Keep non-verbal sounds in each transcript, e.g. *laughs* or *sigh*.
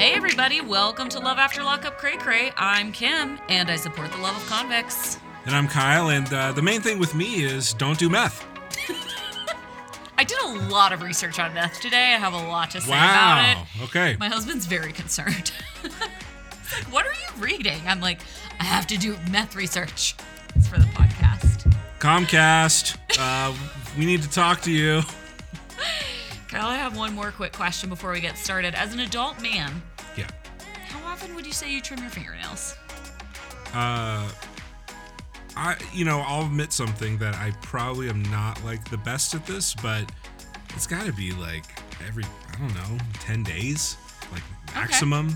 everybody. Welcome to Love After Lockup Cray Cray. I'm Kim, and I support the love of convicts. And I'm Kyle, and uh, the main thing with me is don't do meth. I did a lot of research on meth today. I have a lot to say about wow. it. Okay. My husband's very concerned. *laughs* He's like, what are you reading? I'm like, I have to do meth research. It's for the podcast. Comcast, uh, we need to talk to you. Kyle, I have one more quick question before we get started. As an adult man, Yeah. how often would you say you trim your fingernails? Uh, I, you know, I'll admit something that I probably am not like the best at this, but it's got to be like every, I don't know, 10 days, like maximum.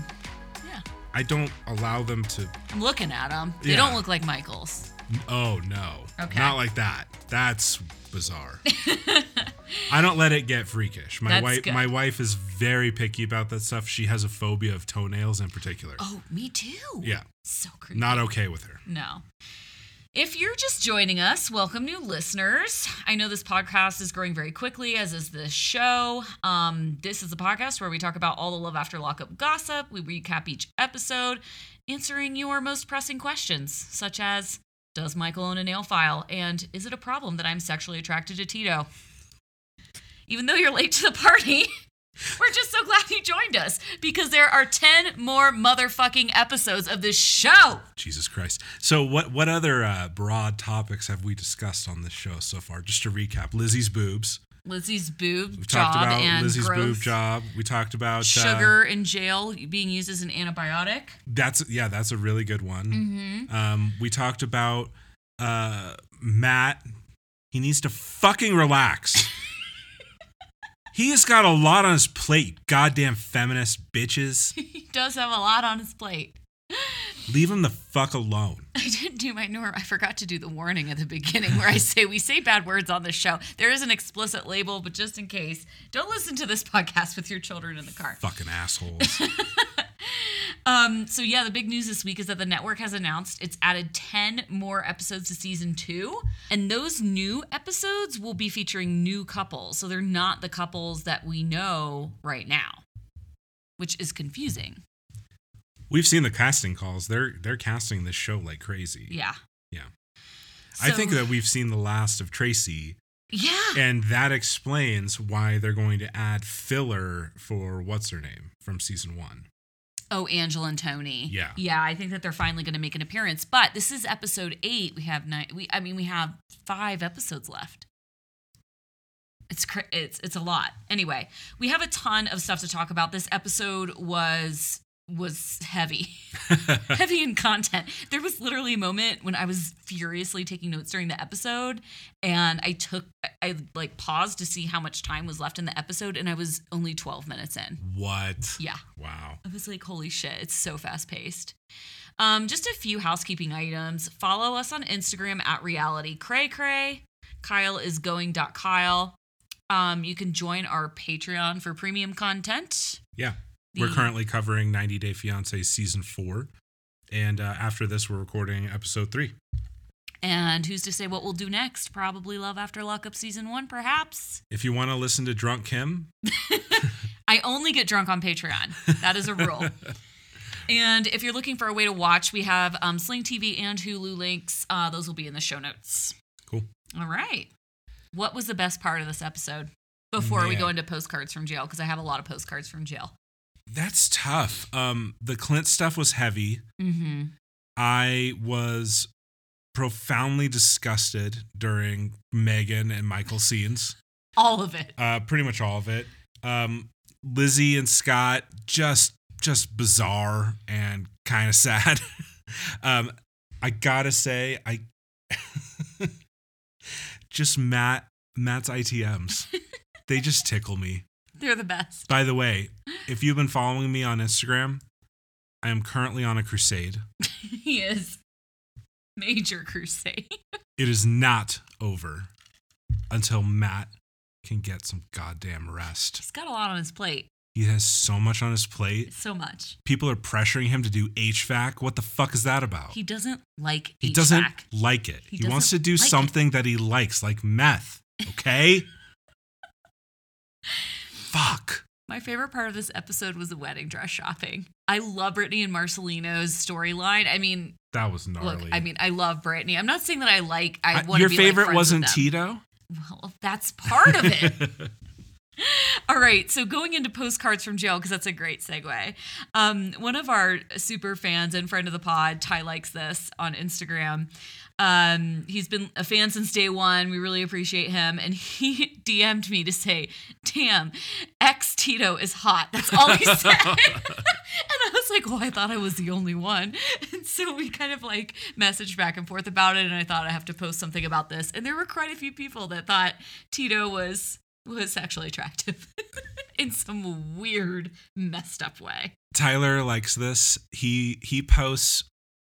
Yeah. I don't allow them to, I'm looking at them. They Yeah. don't look like Michael's. oh no. Okay. Not like that. That's *laughs* bizarre. I don't let it get freakish. My That's wife good. my wife is very picky about that stuff. She has a phobia of toenails in particular. Oh, me too. Yeah. So creepy. Not okay with her. No. If you're just joining us, welcome new listeners. I know this podcast is growing very quickly, as is this show. Um, this is a podcast where we talk about all the love after lockup gossip. We recap each episode, answering your most pressing questions, such as Does Michael own a nail file? And is it a problem that I'm sexually attracted to Tito? Even though you're late to the party, *laughs* we're just so glad you joined us because there are 10 more motherfucking episodes of this show. Jesus Christ. So what what other uh, broad topics have we discussed on this show so far? Just to recap, Lizzie's boobs. Lizzie's boob We job talked about and Lizzie's growth, boob job. We talked about uh, sugar in jail being used as an antibiotic. *laughs* that's yeah, that's a really good one. Mm-hmm. Um, we talked about uh, Matt. He needs to *laughs* fucking relax. he has got a lot on his plate. Goddamn feminist bitches. he does have a lot on his plate. *laughs* Leave him the fuck alone. I didn't do my norm. I forgot to do the warning at the beginning where *laughs* I say we say bad words on this show. There is an explicit label, but just in case, don't listen to this *laughs* podcast with your children in the car. Fucking *laughs* assholes. Um, so yeah, the big news this week is that the network has announced it's added 10 more episodes to season two. And those new episodes will be featuring new couples. So they're not the couples that we know right now, which is confusing. We've seen the casting calls. They're they're casting this show like crazy. Yeah. Yeah. I think So- that we've seen the last of Tracy, Yeah. and that explains why they're going to add filler for what's her name from season one. Oh, Angela and Tony. Yeah. Yeah, I think that they're finally going to make an appearance. But this is episode eight. We have nine. We, I mean, we have five episodes left. It's cr- it's it's a lot. Anyway, we have a ton of stuff to talk about. This episode was was heavy, heavy in content. There was literally a moment when I was furiously taking notes during the episode, and I took I, I like paused to see how much time was left in the episode, and I was only twelve minutes in. What? Yeah. Wow. I was like, holy shit, it's so fast paced. Um, just a few housekeeping items. Follow us on Instagram at reality cray cray. Kyle is going dot Kyle. Um, you can join our Patreon for premium content. Yeah. We're The- currently covering 90 Day Fiance season four. And uh, after this, we're recording episode three. And who's to say what we'll do next? Probably Love After Lockup season one, perhaps. If you want to listen to Drunk Kim, I only get drunk on Patreon. That is a rule. and if you're looking for a way to watch, we have um, Sling TV and Hulu links. Uh, those will be in the show notes. cool. All right. What was the best part of this episode before we Man. go into postcards from jail? Because I have a lot of postcards from jail. That's tough. Um, the Clint stuff was heavy. Mm-hmm. I was profoundly disgusted during Megan and Michael scenes. All of it. Uh, pretty much all of it. Um, Lizzie and Scott just just bizarre and kind of *laughs* sad. um, I gotta say, I *laughs* just Matt Matt's ITMs. they just tickle me. They're the best. *laughs* By the way, if you've been following me on Instagram, I am currently on a crusade. he is major crusade. it is not over until Matt can get some goddamn rest. He's got a lot on his plate. He has so much on his plate. So much. People are pressuring him to do HVAC. What the fuck is that about? He doesn't like He HVAC. doesn't like it. He He, wants to doesn't do like it. something that he *laughs* likes, like meth. Okay? fuck. My favorite part of this episode was the wedding dress shopping. I love Brittany and Marcelino's storyline. I mean, That was gnarly. look, I mean, I love Brittany. I'm not saying that I like. I I- want your to be favorite like friends wasn't with them. Tito. Well, that's part *laughs* of *laughs* it. *laughs* All right, so going into postcards from jail because that's a great segue. Um, one of our super fans and friend of the pod, Ty likes this on Instagram. Um, he's been a fan since day one. We really appreciate him, and he *laughs* DM'd me to say, "Damn, ex Tito is hot." That's all he said, *laughs* and I was like, "Well, I thought I was the only one," and so we kind of like messaged back and forth about it. And I thought I have to post something about this, and there were quite a few people that thought Tito was was sexually attractive *laughs* in some weird, messed up way. Tyler likes this. He he posts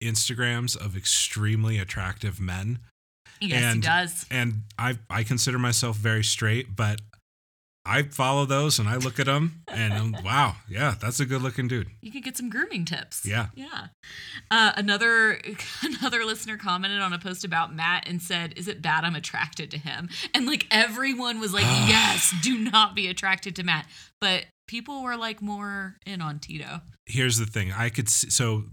Instagrams of extremely attractive men, Yes, he And- does. and I I consider myself very straight, but I follow those and I look at them and *laughs* I'm, wow, yeah, that's a good looking dude. You could get some grooming tips. Yeah. yeah. Uh, another *laughs* another listener commented on a post about Matt and said, "Is it bad I'm attracted to him?" And like everyone *sighs* was like, "Yes, do not be attracted to Matt." But people were like more in on Tito. Here's the thing. I could see, so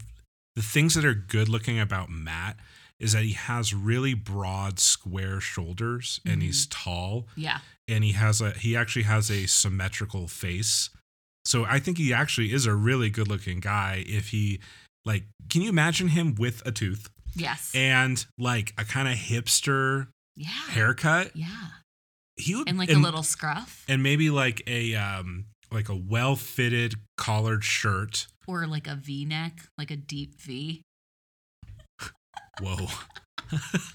the things that are good looking about Matt is that he has really broad square shoulders and Mhm. he's tall Yeah, and he has a he actually has a symmetrical face. So I think he actually is a really good looking guy if he like can you imagine him with a tooth yes, and like a kind of hipster yeah, haircut? yeah, He would and like a little scruff and maybe like a um like a well fitted collared shirt. or like a V neck, like a deep V. Whoa. *laughs*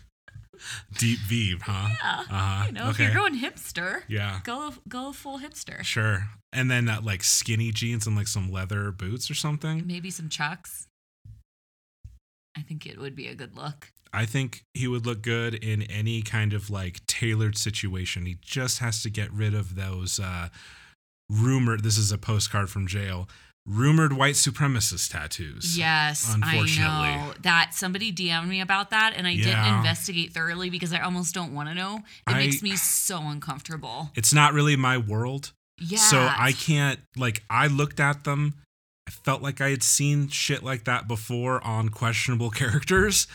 Deep V, huh? Yeah. Uh-huh. You know, if you're going hipster, yeah. go go full hipster. Sure. And then that like skinny jeans and like some leather boots or something. Maybe some chucks. I think it would be a good look. I think he would look good in any kind of like tailored situation. He just has to get rid of those uh rumored this is a postcard from jail. Rumored white supremacist tattoos. Yes, Unfortunately. I know that somebody DM'd me about that, and I didn't Yeah. investigate thoroughly because I almost don't want to know. It I- makes me so uncomfortable. It's not really my world. Yeah. So I can't like I looked at them. I felt like I had seen shit like that before on questionable *laughs* characters,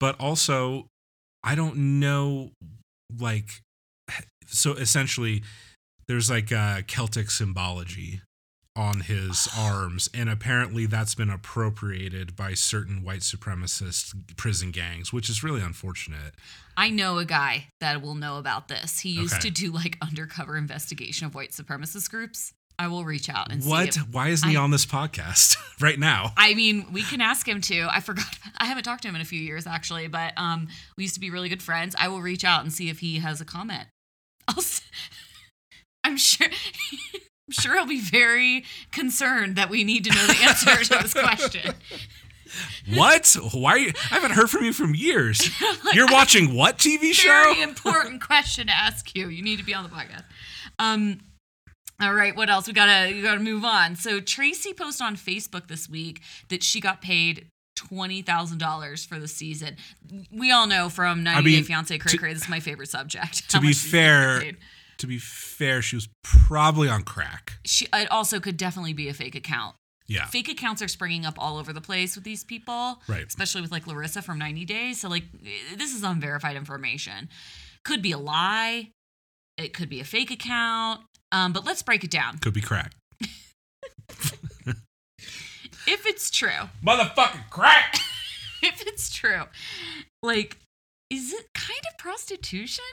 but also I don't know like so essentially there's like a Celtic symbology *sighs* on his arms and apparently that's been appropriated by certain white supremacist prison gangs, which is really unfortunate. I know a guy that will know about this. He used Okay. to do like undercover investigation of white supremacist groups. I will reach out and see What? if Why isn't he I- on this podcast *laughs* right now? I mean, we can ask him to. I forgot. *laughs* I haven't talked to him in a few years, actually, but um, we used to be really good friends. I will reach out and see if he has a comment. *laughs* I'll s- I'm sure. *laughs* I'm sure he'll be very concerned that we need to know the answer to this question. *laughs* *laughs* What? Why? I haven't heard from you from years. You're watching what TV show? Very important question to ask you. You need to be on the podcast. Um, all right, what else? We gotta we gotta move on. So Tracy posted on Facebook this week that she got paid twenty thousand dollars for the season. We all know from 90 Day mean, Fiance Cray to- Cray, this is my favorite subject. To how be much these people get fair, paid. to be fair, she was probably on crack. she it also could definitely be a fake account. Yeah. Fake accounts are springing up all over the place with these people, Right. Especially with like Larissa from 90 Days. So like, this is unverified information. Could be a lie. It could be a fake account. Um, but let's break it down. Could be crack. If it's true, *laughs* Motherfucking crack. if it's true, like, is it kind of prostitution?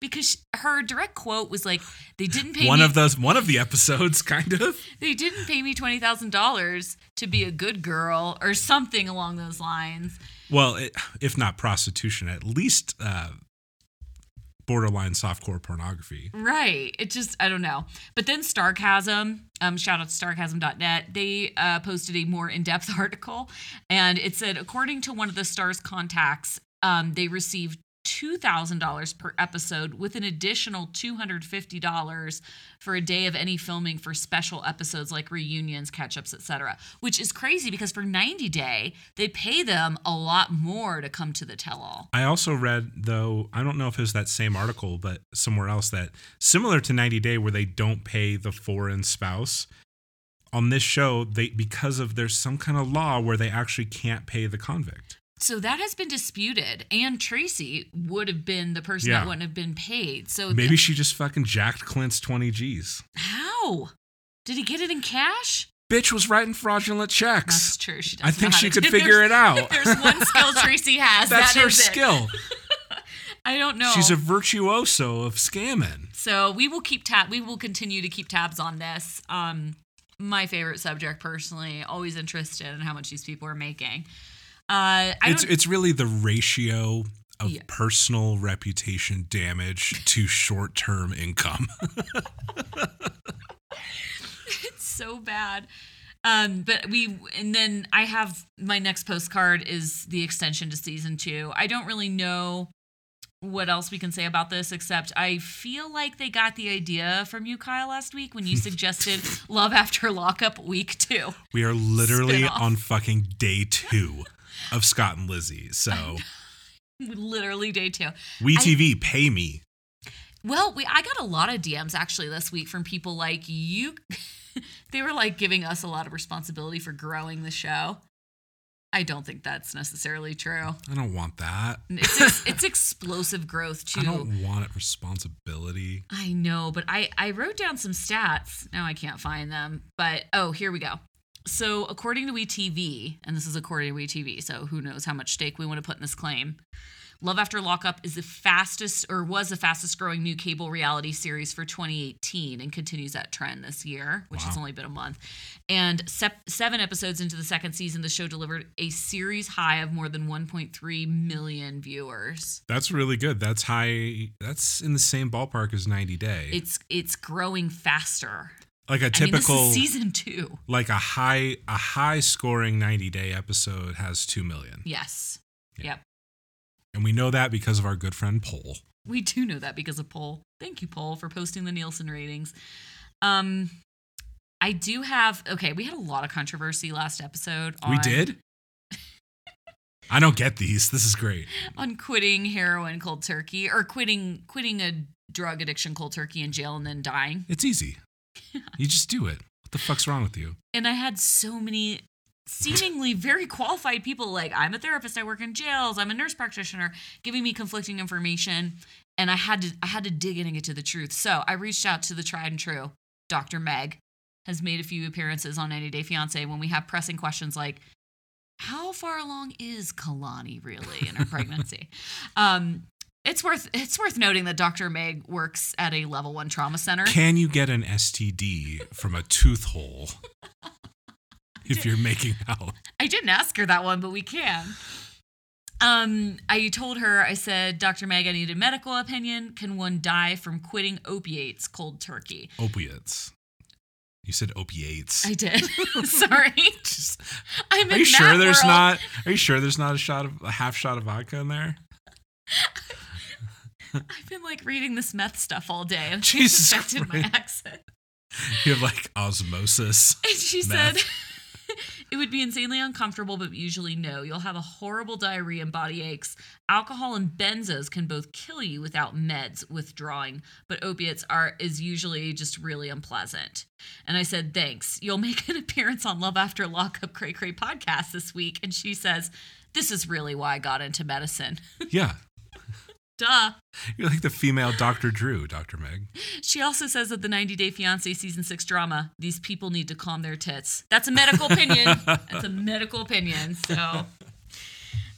Because sh her direct quote was like, "They didn't pay One me. of those. One of the episodes, *laughs* kind of. they didn't pay me twenty thousand dollars to be a good girl or something along those lines." Well, it, if not prostitution, at least uh, borderline softcore pornography. Right. It just, I don't know. But then Starcasm, um, shout out to starcasm.net, they uh, posted a more in *laughs* depth article. And it said, according to one of the star's contacts, um, they received $2,000 per episode with an additional $250 for a day of any filming for special episodes like reunions, catch-ups, etc., which is crazy because for 90 day, they pay them a lot more to come to the tell-all. I also read though, I don't know if it was that same article, but somewhere else that similar to 90 Day where they don't pay the foreign spouse. On this show, they because of there's some kind of law where they actually can't pay the convict. So that has been disputed and Tracy would have been the person Yeah. that wouldn't have been paid. So th- Maybe she just fucking jacked Clint's 20 G's. how? Did he get it in cash? Bitch was writing fraudulent That's checks. true. She doesn't I know think how *laughs* she to could do- figure there's- it out. If there's one *laughs* skill Tracy has, That's that her is it. skill. I don't know. She's a virtuoso of scamming. So we will keep tab. We will continue to keep tabs on this. Um, my favorite subject, personally. Always interested in how much these people are making. Uh, I it's don't. it's really the ratio of Yeah. personal reputation damage to short-term income. *laughs* It's so bad. Um, but we and then I have my next postcard is the extension to season two. I don't really know what else we can say about this except I feel like they got the idea from you, Kyle, last week when you suggested Love After Lockup week two. *laughs* We are literally Spin-off. on fucking day 2 of Scott and Lizzie. So, Literally day two. we TV pay me. Well, we I got a lot of DMs actually this week from people like you. *laughs* they were like giving us a lot of responsibility for growing the show. I don't think that's necessarily true. I don't want that. It's *laughs* ex- it's explosive growth I too. don't want it responsibility. I, know, but I I wrote down some stats. Now I can't find them. But oh, here we go. So according to WeTV, and this is according to WeTV, so who knows how much stake we want to put in this claim. Love After Lockup is the fastest or was the fastest growing new cable reality series for 2018 and continues that trend this year, which has Wow. only been a month. And sep- seven episodes into the second season, the show delivered a series high of more than 1.3 million viewers. That's really good. That's high. That's in the same ballpark as 90 Day. It's it's growing faster. like a I mean, typical this is season two. like a high a high scoring 90 Day episode has 2 million. Yes. Yeah. Yep. And we know that because of our good friend Poll. We do know that because of Poll. Thank you, Poll, for posting the Nielsen ratings. Um, I do have okay. We had a lot of controversy last episode. On, *laughs* We did? I don't get these. This is great. on quitting heroin cold turkey or quitting quitting a drug addiction cold turkey in jail and then dying. It's easy. You just do it. What the fuck's wrong with you? and I had so many seemingly very qualified people like I'm a therapist, I work in jails, I'm a nurse practitioner, giving me conflicting information, and I had to I had to dig in and get to the truth. So I reached out to the tried and true Dr. Meg, has made a few appearances on 90 Day Fiance when we have pressing questions like. How far along is Kalani really in her pregnancy? um, it's worth it's worth noting that Dr. Meg works at a level one trauma center. Can you get an STD from a *laughs* tooth hole if you're making out? I didn't ask her that one, but we can. Um, I told her, I said, Dr. Meg, I need a medical opinion. Can one die from quitting opiates cold turkey? Opiates. You said opiates. I did. *laughs* *laughs* Sorry. Just- I'm are in you sure that there's world. not? Are you sure there's not a shot of a half shot of vodka in there? I've been like reading this meth stuff all day. And she Jesus suspected my Christ. accent. You have like osmosis. And she Meth. said, *laughs* it would be insanely uncomfortable, but usually no. You'll have a horrible diarrhea and body aches. Alcohol and benzos can both kill you without meds withdrawing, but opiates are is usually just really unpleasant. And I said, thanks. You'll make an appearance on Love After Lockup Cray Cray podcast this week. And she says, this is really why I got into medicine. *laughs* Yeah, Duh. you're like the female Dr. Drew, Dr. Meg. She also says that the 90 Day Fiancé season six drama, these people need to calm their tits. That's a medical opinion. That's a medical opinion. So,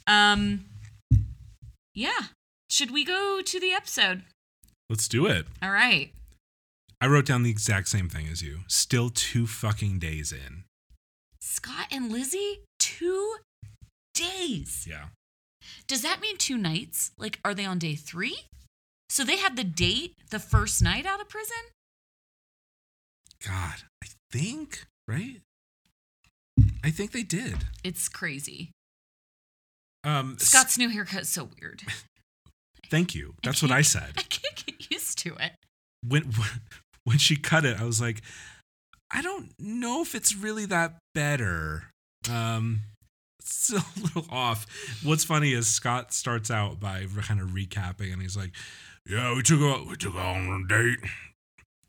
um, yeah. Should we go to the episode? Let's do it. All right. I wrote down the exact same thing as you. Still two fucking days in. Scott and Lizzie, two days. Yeah. Does that mean two nights? Like, are they on day three? So they had the date the first night out of prison? God, I think, right? I think they did. It's crazy. Um, Scott's new haircut is so weird. Thank you. That's what I said. *laughs* I can't get used to it. When *laughs* when she cut it, I was like, I don't know if it's really that better. Um, it's a *laughs* little off. What's funny is Scott starts out by kind of recapping, and he's like, "Yeah, we took out we took out on a date.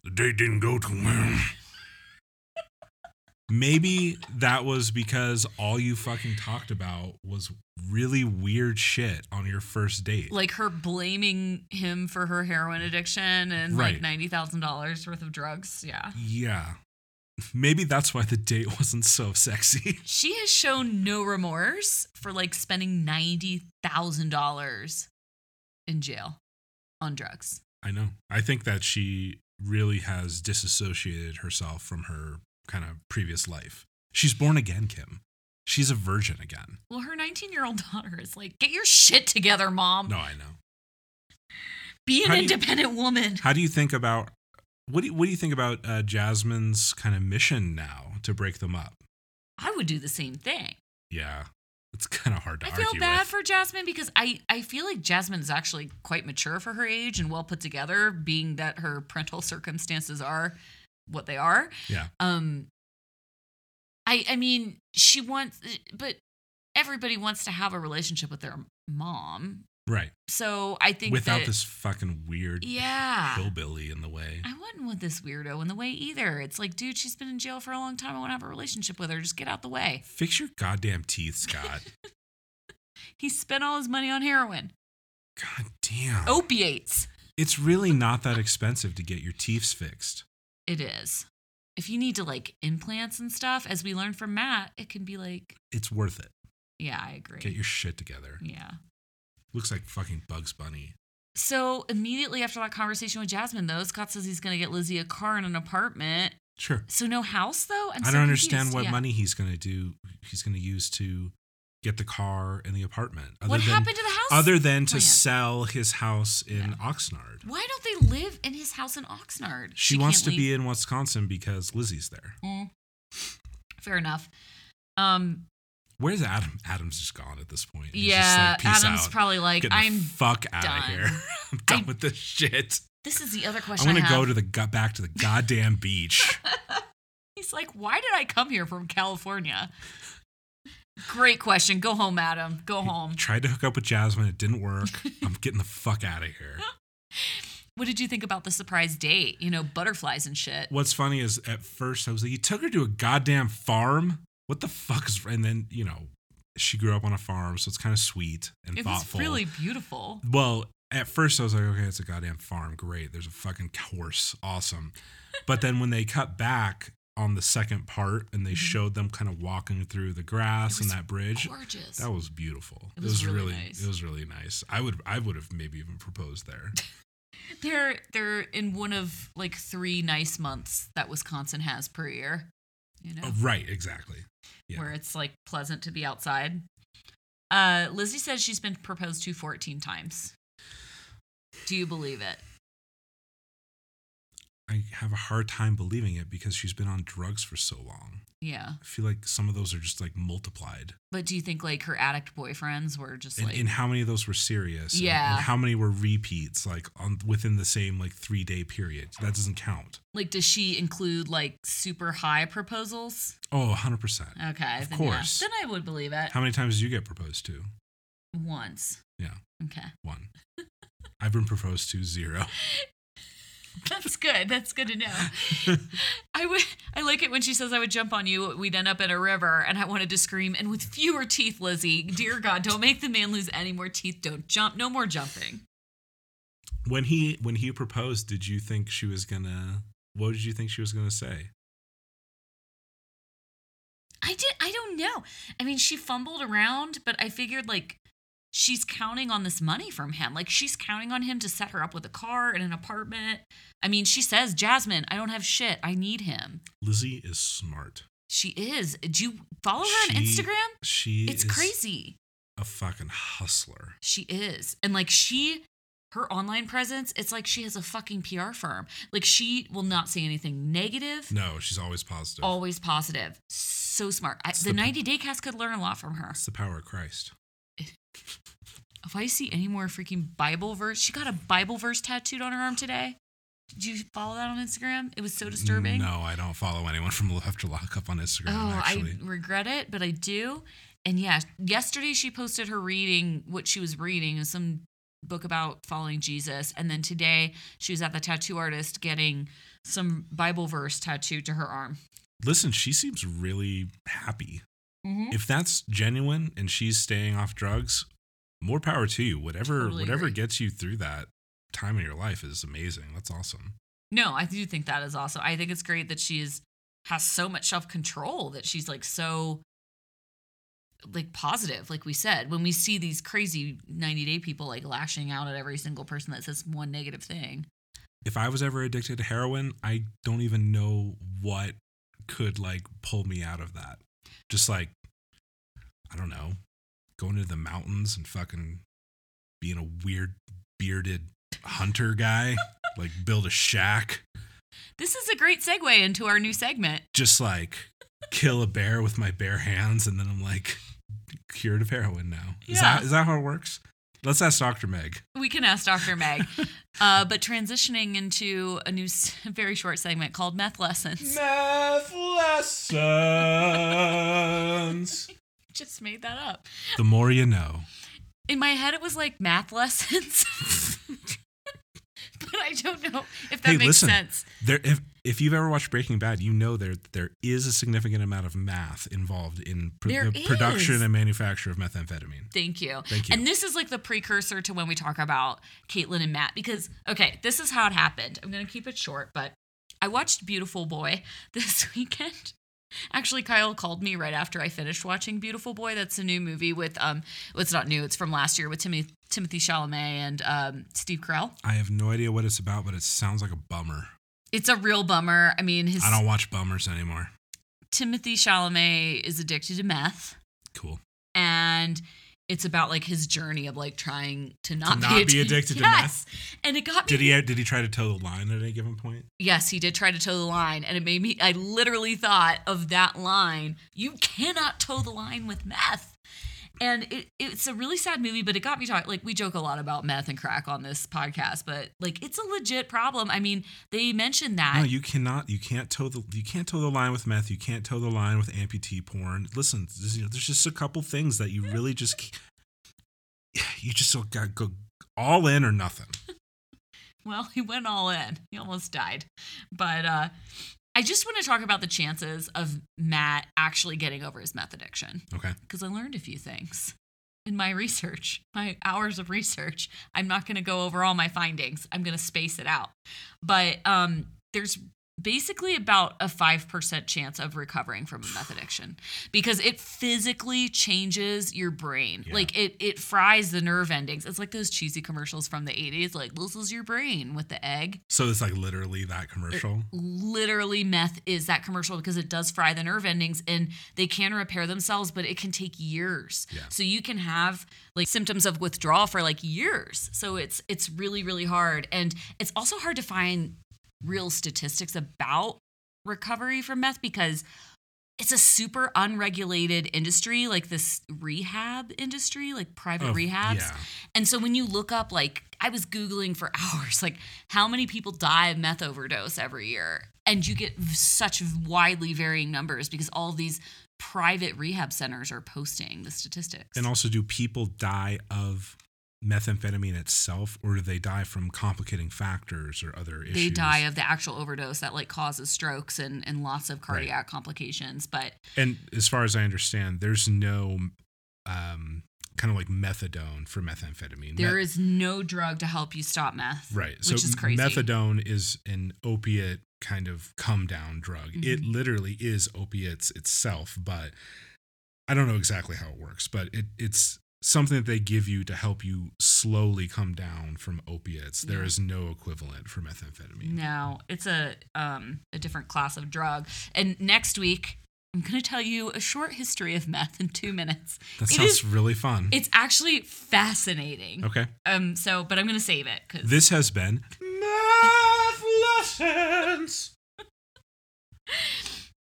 The date didn't go too well." Maybe that was because all you fucking talked about was really weird shit on your first date. Like her blaming him for her heroin addiction and Right. like ninety thousand dollars worth of drugs. Yeah. yeah. Maybe that's why the date *laughs* wasn't so sexy. She has shown no remorse for like spending ninety thousand dollars in jail on drugs. I know. I think that she really has disassociated herself from her kind of previous life. She's born again, Kim. She's a virgin again. Well, her nineteen-year-old *laughs* daughter is like, "Get your shit together, mom. No, I know. Be an How do you- independent woman." How do you think about what do you, what do you think about uh, Jasmine's kind of mission now to break them up? I would do the same thing. Yeah, it's kind of hard to I argue feel bad with. for Jasmine because I, I feel like Jasmine is actually quite mature for her age and well put together, being that her parental *laughs* circumstances are what they are. Yeah. Um I I mean, she wants but everybody wants to have a relationship with their mom. right, So I think without that, this fucking weird Yeah. hillbilly in the way. I wouldn't want this weirdo in the way either. It's like, dude, she's been in jail for a long time. I want to have a relationship with her. Just get out the way. Fix your goddamn teeth, Scott. *laughs* He spent all his money on heroin, God damn. opiates. It's really not that expensive to get your teeth fixed. It is. If you need to like implants and stuff, as we learned from Matt, it can be like, It's worth it. yeah, I agree. Get your shit together. yeah. Looks like fucking Bugs Bunny. So immediately after that conversation with Jasmine, though, Scott says he's going to get Lizzie a car and an apartment. Sure. So no house, though. I'm I so don't understand confused. what Yeah. money he's gonna do. He's gonna use to get the car and the apartment. Other What than, happened to the house? Other than to plan? sell his house in Oxnard. Why don't they live in his house in Oxnard? She, wants to be in Wisconsin because Lizzie's there. Mm. Fair enough. Um. Where's Adam? Adam's just gone at this point. He's just yeah. like, "Peace Adam's out. probably like, Get the I'm. fuck out done. of here. *laughs* I'm done I- with this shit. This is the other I'm question. gonna I go have. to the go- back to the goddamn beach. He's like, why did I come here from California? Great question. Go home, Adam. Go home. Tried to hook up with Jasmine. It didn't work. *laughs* I'm getting the fuck out of here. What did you think about the surprise date? You know, butterflies and shit. What's funny is at first I was like, you took her to a goddamn farm. What the fuck is? And then you know, she grew up on a farm, so it's kind of sweet and It thoughtful. was really beautiful. well. At first I was like, okay, it's a goddamn farm. Great, there's a fucking horse. *laughs* Awesome. But then when they cut back on the second part and they Mhm. showed them kind of walking through the grass It and was that bridge, Gorgeous. that was beautiful. It was really nice. It was really nice. I would I would have maybe even proposed there. They're they're in one of like three nice months that Wisconsin has per year. You know, Oh, right, exactly. yeah. where it's like pleasant to be outside. Uh, Lizzie says she's been proposed to 14 times. Do you believe it? I have a hard time believing it because she's been on drugs for so long. Yeah. I feel like some of those are just like multiplied. But do you think like her addict boyfriends were just And, like and how many of those were serious? and- And, Yeah. how many were repeats like on within the same like three day period? That doesn't count. like does she include like super high proposals? Oh, 100%. Okay, Of then course. yeah. Then I would believe it. How many times did you get proposed to? Once. Yeah. Okay. *laughs* One. I've been proposed to zero. That's good. That's good to *laughs* know. I would I like it when she says I would jump on you, we'd end up in a river, and I wanted to scream, and with fewer teeth, Lizzie, dear God, don't make the man lose any more teeth. Don't jump. No more jumping. When he when he proposed, did you think she was gonna? What did you think she was gonna say? I did. I don't know. I mean, she fumbled around, but I figured like she's counting on this money from him. Like she's counting on him to set her up with a car and an apartment. I mean, she says, Jasmine, I don't have shit. I need him. Lizzie is smart. She is. Do you follow her on She Instagram? She It's is crazy. a fucking hustler. She is. And like she, her online presence, it's like she has a fucking PR firm. Like she will not say anything negative, No, she's always positive. always positive. So smart. I, It's the the- 90 Day Cast could learn a lot from her. It's the power of Christ. If I see any more freaking Bible verse, she got a Bible verse tattooed on her arm today. Did you follow that on Instagram? It was so disturbing. No, I don't follow anyone from *laughs* Left to Lockup on Instagram. Oh, actually, I regret it, but I do. And yeah, yesterday she posted her reading what she was reading is some book about following Jesus, and then today she was at the tattoo artist getting some Bible verse tattooed to her arm. listen, she seems really happy. Mm-hmm. If that's genuine and she's staying off drugs, more power to you. Whatever, Totally whatever agree. gets you through that time in your life is amazing. That's awesome. No, I do think that is awesome. I think it's great that she's has so much self control that she's like so like positive, like we said. When we see these crazy 90 day people like lashing out at every single person that says one negative thing. if I was ever addicted to heroin, I don't even know what could like pull me out of that. Just like, I don't know, going to the mountains and fucking being a weird bearded hunter guy, like build a shack, This is a great segue into our new segment. just like kill a bear with my bare hands, and then I'm like cured of heroin now. Is Yeah. that is that how it works? Let's ask Dr. Meg. We can ask Dr. *laughs* Meg. uh, but transitioning into a new, s- *laughs* very short segment called Meth Lessons. Math lessons. Just made that up. the more you know. In my head, it was like math lessons. *laughs* but I don't know if that Hey, makes listen. sense. There, if if you've ever watched Breaking Bad, you know there there is a significant amount of math involved in pr- There the production is. and manufacture of methamphetamine. Thank you. Thank you. And this is like the precursor to when we talk about Caitlin and Matt because, okay, this is how it happened. I'm going to keep it short, but I watched Beautiful Boy *laughs* this weekend. Actually, Kyle called me right after I finished watching Beautiful Boy. That's a new movie with um, well, it's not new. It's from last year with Timothy Timothy Chalamet and um, Steve Carell. I have no idea what it's about, but it sounds like a bummer. It's a real bummer. I mean, his I don't watch bummers anymore. Timothy Chalamet is addicted to meth, Cool. and it's about like his journey of like trying to not, not be addicted to meth? *laughs* Yes. And it got me Did he did he try to toe the line at any given point? yes, he did try to toe the line, and it made me. I literally thought of that line. You cannot toe the line with meth. And it, it's a really sad movie, but it got me talking. Like we joke a lot about meth and crack on this podcast, but like it's a legit problem. I mean, they mentioned that. No, you cannot. You can't toe the you can't toe the line with meth. You can't toe the line with amputee porn. Listen, there's, you know, there's just a couple things that you really just c- *sighs* you just got to go all in or nothing. Well, *laughs* he went all in. He almost died. But uh, I just want to talk about the chances of Matt actually getting over his meth addiction Okay. because I learned a few things in my research, my hours of research. I'm not going to go over all my findings, I'm going to space it out. But um, there's basically about a 5% chance of recovering from a meth addiction because it physically changes your brain Yeah. like it it fries the nerve endings it's like those cheesy commercials from the 80s like this is your brain with the egg So it's like literally Er, that commercial. literally meth is that commercial because it does fry the nerve endings and they can repair themselves but it can take years Yeah. so you can have like symptoms of withdrawal for like years so it's it's really really hard and it's also hard to find real statistics about recovery from meth because it's a super unregulated industry like this rehab industry like private Of- rehabs Yeah. and so when you look up, like, I was Googling for *laughs* hours, like, how many people die of meth overdose every year? And you get such widely varying numbers because all these private rehab centers are posting the statistics. And also, do people die of methamphetamine itself, or do they die from complicating factors or other issues? they die of the actual overdose that like causes strokes and, and lots of cardiac complications. But And as far as I understand, there's no um, kind of like methadone for methamphetamine. there Meth- is no drug to help you stop meth. right. Which is crazy. methadone is an opiate kind of come down drug. It Mm-hmm. literally is opiates itself, but I don't know exactly how it works, but it it's something that they give you to help you slowly come down from opiates. There Yeah. is no equivalent for methamphetamine. No, it's a um, a different class of drug. And next week, I'm going to tell you a short history of meth in two minutes. That It sounds is- really fun. It's actually fascinating. okay. Um. So, but I'm gonna save it because This has been Math Lessons.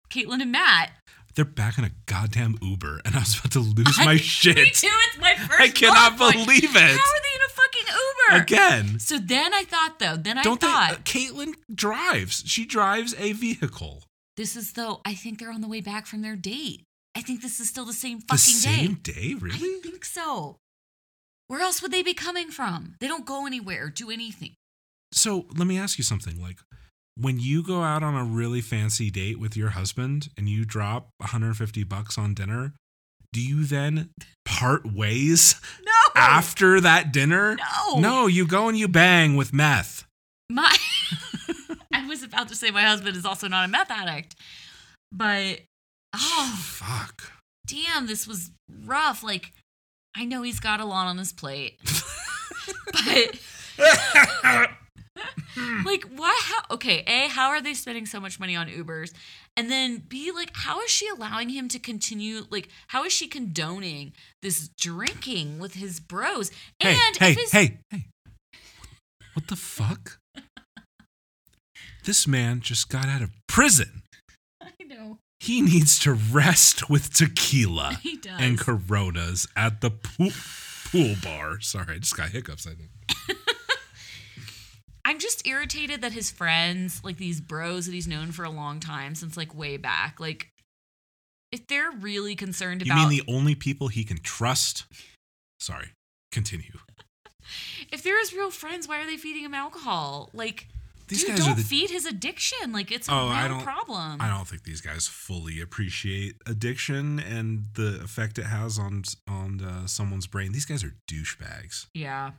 Caitlin and Matt. they're back in a goddamn Uber, and I was about to lose *laughs* I- my Me shit too. It's my first. I cannot bullet point. believe How are they it. in a fucking Uber? again. So then I thought though. Then I Don't they? thought uh, Caitlin drives. She drives a vehicle. this is though. I think they're on the way back from their date. I think this is still the same fucking the same day. day, I really? think so. Where else would they be coming from? They don't go anywhere, do anything. So let me ask you something. Like, when you go out on a really fancy date with your husband and you drop 150 bucks on dinner, do you then part *laughs* ways No. after that dinner? Oh. No. No, you go and you bang with meth. My *laughs* I was about to say my husband is also not a meth addict. But oh *laughs* Fuck. damn, this was rough. Like I know he's got a lot on his *laughs* plate. but like why how okay, A, how are they spending so much money on Ubers? And then B, like, how is she allowing him to continue like how is she condoning this drinking with his bros? Hey, and hey, if his hey, hey. What the fuck? this man just got out of prison. *laughs* I know. He needs to rest with tequila He does. and coronas at the pool, pool bar. Sorry, I just got hiccups, I think. I'm just irritated that his friends, like these bros that he's known for a long time, since like way back, like if they're really concerned You about mean the only people he can trust? Sorry, continue. if they're his real friends, why are they feeding him alcohol? Like These dude, guys don't are the. feed his addiction. Like it's a Oh, I real don't- problem. I don't think these guys fully appreciate addiction and the effect it has on on uh, someone's brain. These guys are douchebags. yeah.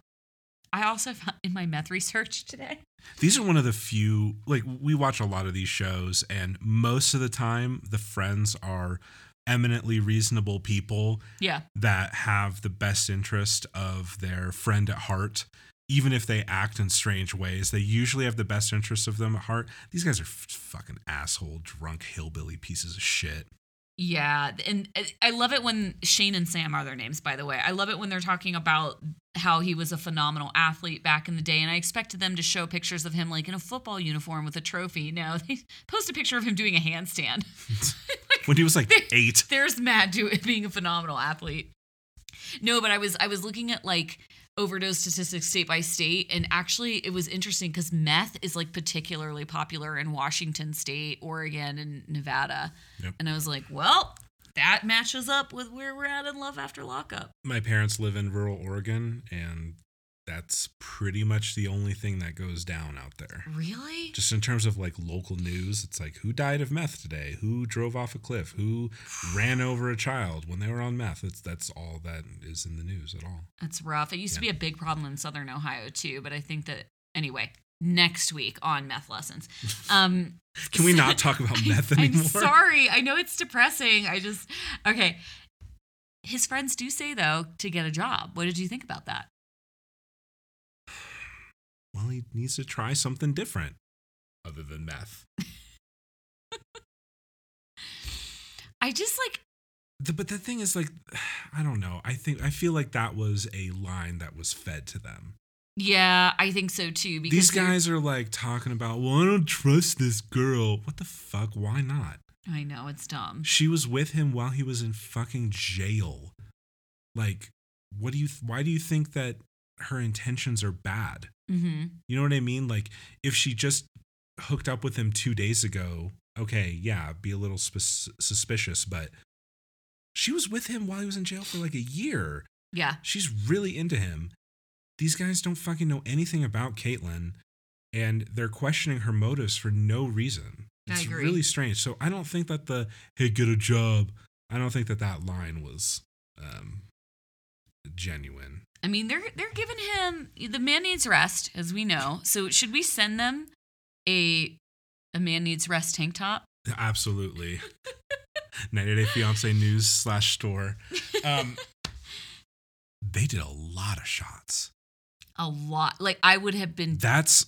I also *laughs* found in my meth research today. These are one of the few, like, we watch a lot of these shows, and most of the time, the friends are eminently reasonable people Yeah. that have the best interest of their friend at heart. Even if they act in strange ways, they usually have the best interest of them at heart. These guys are f- fucking asshole, drunk, hillbilly pieces of shit. Yeah, and uh, I- I love it when Shane and Sam are their names, by the way. I love it when they're talking about how he was a phenomenal athlete back in the day, and I expected them to show pictures of him like in a football uniform with a trophy. No, *laughs* they post a picture of him doing a handstand. When he was like eight, There's Matt doing *laughs* being a phenomenal athlete. No, but I was I was looking at like overdose statistics state by state, and actually it was interesting because meth is like particularly popular in Washington State, Oregon, and Nevada. Yep. And I was like, well, that matches up with where we're at in Love After Lockup. my parents live in rural Oregon, and that's pretty much the only thing that goes down out there. Really? just in terms of like local news, it's like who died of meth today, who drove off a cliff, who ran over a child when they were on meth. It's that's all that is in the news at all. That's rough. It used to be a big problem in Southern Ohio too, but I think that anyway. Next week on meth *laughs* lessons. Um, Can we *laughs* not talk about meth anymore? I'm sorry. I know it's depressing. I just okay. His friends do say though to get a job. What did you think about that? Well, he needs to try something different other than meth. I just like The, but the thing is, like, *sighs* I don't know. I think I feel like that was a line that was fed to them. yeah, I think so too. Because These they're- guys are like talking about, well, I don't trust this girl. What the fuck? Why not? I know it's dumb. She was with him while he was in fucking jail. Like, what do you, why do you think that her intentions are bad? hmm You know what I mean? Like, if she just hooked up with him two days ago, okay, yeah, be a little spus- suspicious, but she was with him while he was in jail for like a year. Yeah, She's really into him. These guys don't fucking know anything about Caitlyn, and they're questioning her motives for no reason. I It's agree. really strange. So I don't think that the "Hey, get a job." I don't think that that line was um, genuine. I mean they're they're giving him the man needs rest as we know. So should we send them a a man needs rest tank top? Absolutely. 90 Day Fiance News slash store. Um, they did a lot of shots. A lot. Like I would have been That's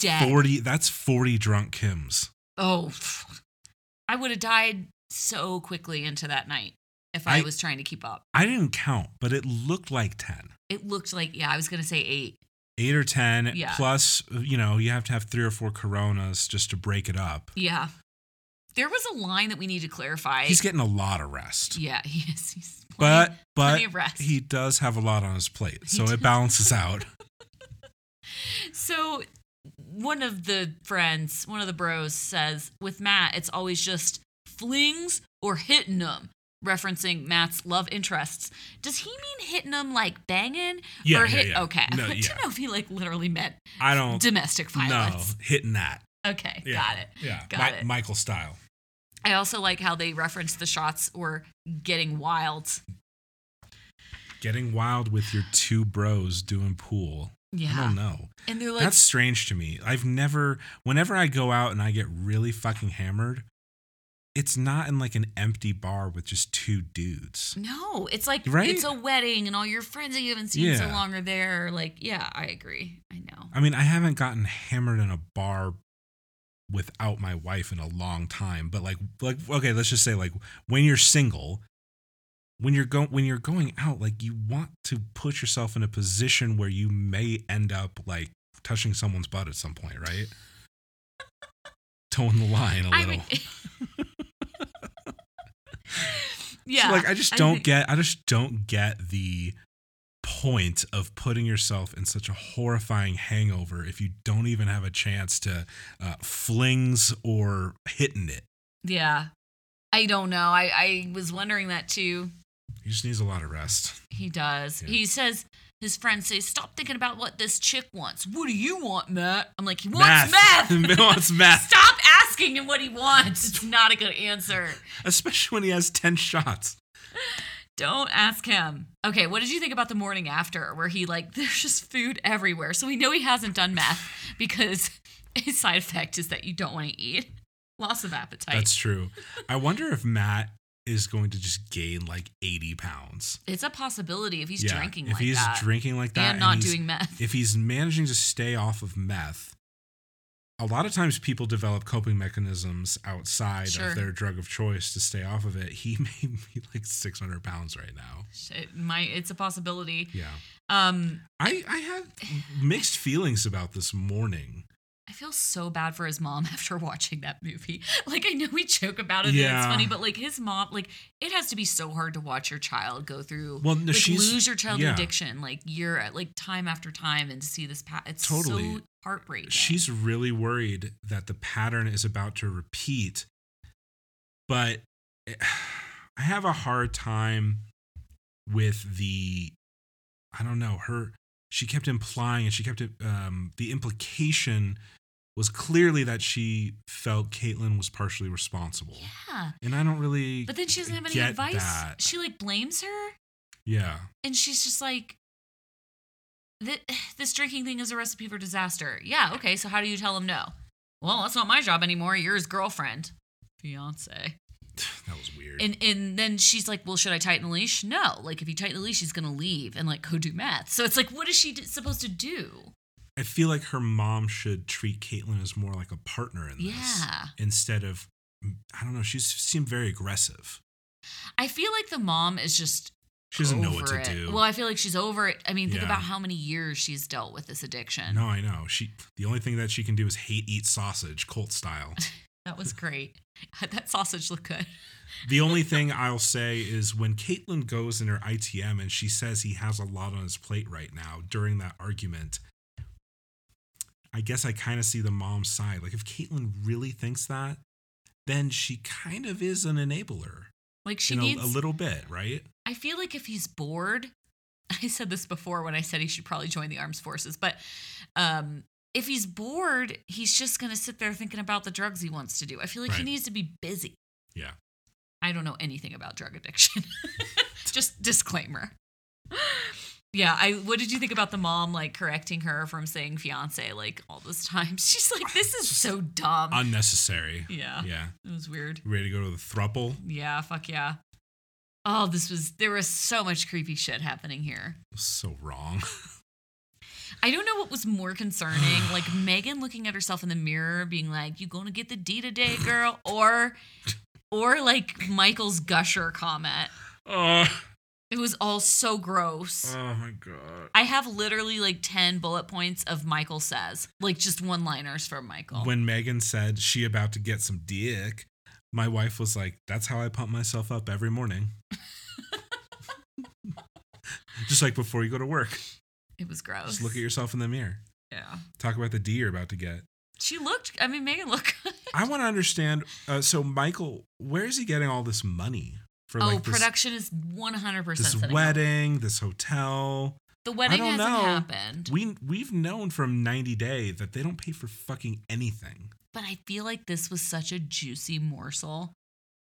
dead. forty. That's forty drunk Kims. Oh, I would have died so quickly into that night if I, I- was trying to keep up. I didn't count, but it looked like ten. It looked like, yeah, I was going to say eight. eight or ten Yeah. plus you know you have to have three or four coronas just to break it up Yeah. There was a line that we need to clarify. He's getting a lot of rest. yeah, *laughs* he is. He's but plenty, but plenty of rest. he does have a lot on his plate, so does. it balances *laughs* out. So one of the friends, one of the bros says, with Matt, it's always just flings or hitting them, referencing Matt's love interests. Does he mean hitting them like banging? Yeah, or yeah, hit yeah. okay. *laughs* No, I yeah. didn't know if he like literally meant I *laughs* don't domestic know violence. hitting that. Okay, Yeah. got it. Yeah, Got it. Michael style. I also like how they reference the shots were getting wild. Getting wild with your two bros doing pool. I Yeah. don't know. And they're like That's strange to me. I've never, whenever I go out and I get really fucking hammered, it's not in like an empty bar with just two dudes. No, it's like Right? it's a wedding and all your friends that you haven't seen so Yeah. long are there. Like, yeah, I agree. I know. I mean, I haven't gotten hammered in a bar without my wife in a long time, but like like okay, let's just say like when you're single, when you're going when you're going out, like you want to put yourself in a position where you may end up like touching someone's butt at some point, right? Towing the line a I little. *laughs* would- So, yeah. like I just I don't think- get I just don't get the point of putting yourself in such a horrifying hangover if you don't even have a chance to uh, flings or hitting it. yeah. I don't know. I, I was wondering that too. He just needs a lot of rest. He does. Yeah. He says his friend says, "Stop thinking about what this chick wants. What do you want, Matt?" I'm like, "He wants *laughs* meth." *laughs* wants meth, Stop asking him what he wants. It's not a good answer. especially when he has ten shots. Don't ask him. Okay, what did you think about the morning after where he like *laughs* there's just food everywhere. So we know he hasn't done meth *laughs* because a side effect is that you don't want to eat. Loss of appetite. That's true. I wonder if Matt is going to just gain like eighty pounds. it's a possibility if he's Yeah, drinking if like he's that drinking like that and not he's- doing *laughs* meth. if he's managing to stay off of meth, a lot of times people develop coping mechanisms outside Sure. of their drug of choice to stay off of it. He *laughs* may be like 600 pounds right now. It might it's a possibility. Yeah. Um I, I had *sighs* mixed feelings about this morning. I feel so bad for his mom *laughs* after watching that movie. *laughs* Like I know we joke about it and it's Yeah. funny, but like his mom, like it has to be so hard to watch your child go through Well, no, like she's- lose your child yeah. addiction like year like time after time and to see this pa- it's Totally. so heartbreaking. She's really worried that the pattern is about to repeat, but *sighs* I have a hard time with the, I don't know, her, she kept implying and she kept, um, the implication was clearly that she felt Caitlyn was partially responsible. yeah, And I don't really, but then she doesn't have any get advice. that. She like blames her yeah. *sighs* and she's just like "Th- this drinking thing is a recipe for disaster. Yeah, okay, so how do you tell him no? Well, that's not my job anymore. You're his girlfriend, fiance. That was weird. And and then she's like, "Well, should I tighten the leash?" No. Like if you tighten the leash, he's gonna leave and like go do meth. So it's like, what is she d- supposed to do? I feel like her mom should treat Caitlyn as more like a partner in this. Yeah. instead of mm, I don't know. She seemed very aggressive. I feel like the mom is just She doesn't know over what to it. do. Well, I feel like she's over it. I mean, think Yeah. about how many years she's dealt with this addiction. no, I know. She the only thing that she can do is hate eat sausage, *laughs* Colt style. That was great. *laughs* that sausage looked good. the only thing I'll say is when Caitlin goes in her ITM and she says he has a lot on his plate right now during that argument. I guess I kind of see the mom's side. Like if Caitlin really thinks that, then she kind of is an enabler. Like she you know, needs. a little bit, right? I feel like if he's bored, *laughs* I said this before when I said he should probably join the armed forces, but um, if he's bored, he's just going to sit there thinking about the drugs he wants to do. I feel like he Right. needs to be busy. Yeah. I don't know anything about drug addiction. *laughs* just disclaimer. Yeah, I what did you think about the mom like correcting her from saying fiance like all this time? *laughs* She's like, this is so dumb. Unnecessary. yeah, Yeah. it was weird. Ready to go to the thruple? Yeah, fuck yeah. Oh, this was there was so much creepy shit happening here. So wrong. I don't know what was more *sighs* concerning, like Megan looking at herself in the mirror, being like, "You gonna get the D today, girl," or, or like Michael's gusher comment. *laughs* Oh, It was all so gross. oh my god. I have literally like ten bullet points of Michael says, like just one liners from Michael. When Megan said she about to get some dick, my wife was like, "That's how I pump myself up every *laughs* morning." just like before you go to work, It was gross. just look at yourself in the mirror. Yeah. Talk about the D you're about to get. She looked, I mean, Megan looked good. I want to understand. Uh, so, Michael, where is he getting all this money for? oh, like this, production is 100% This setting up. wedding, this hotel. The wedding don't hasn't know. happened. We we've known from 90 Day that they don't pay for fucking anything. But I feel like this was such a juicy morsel.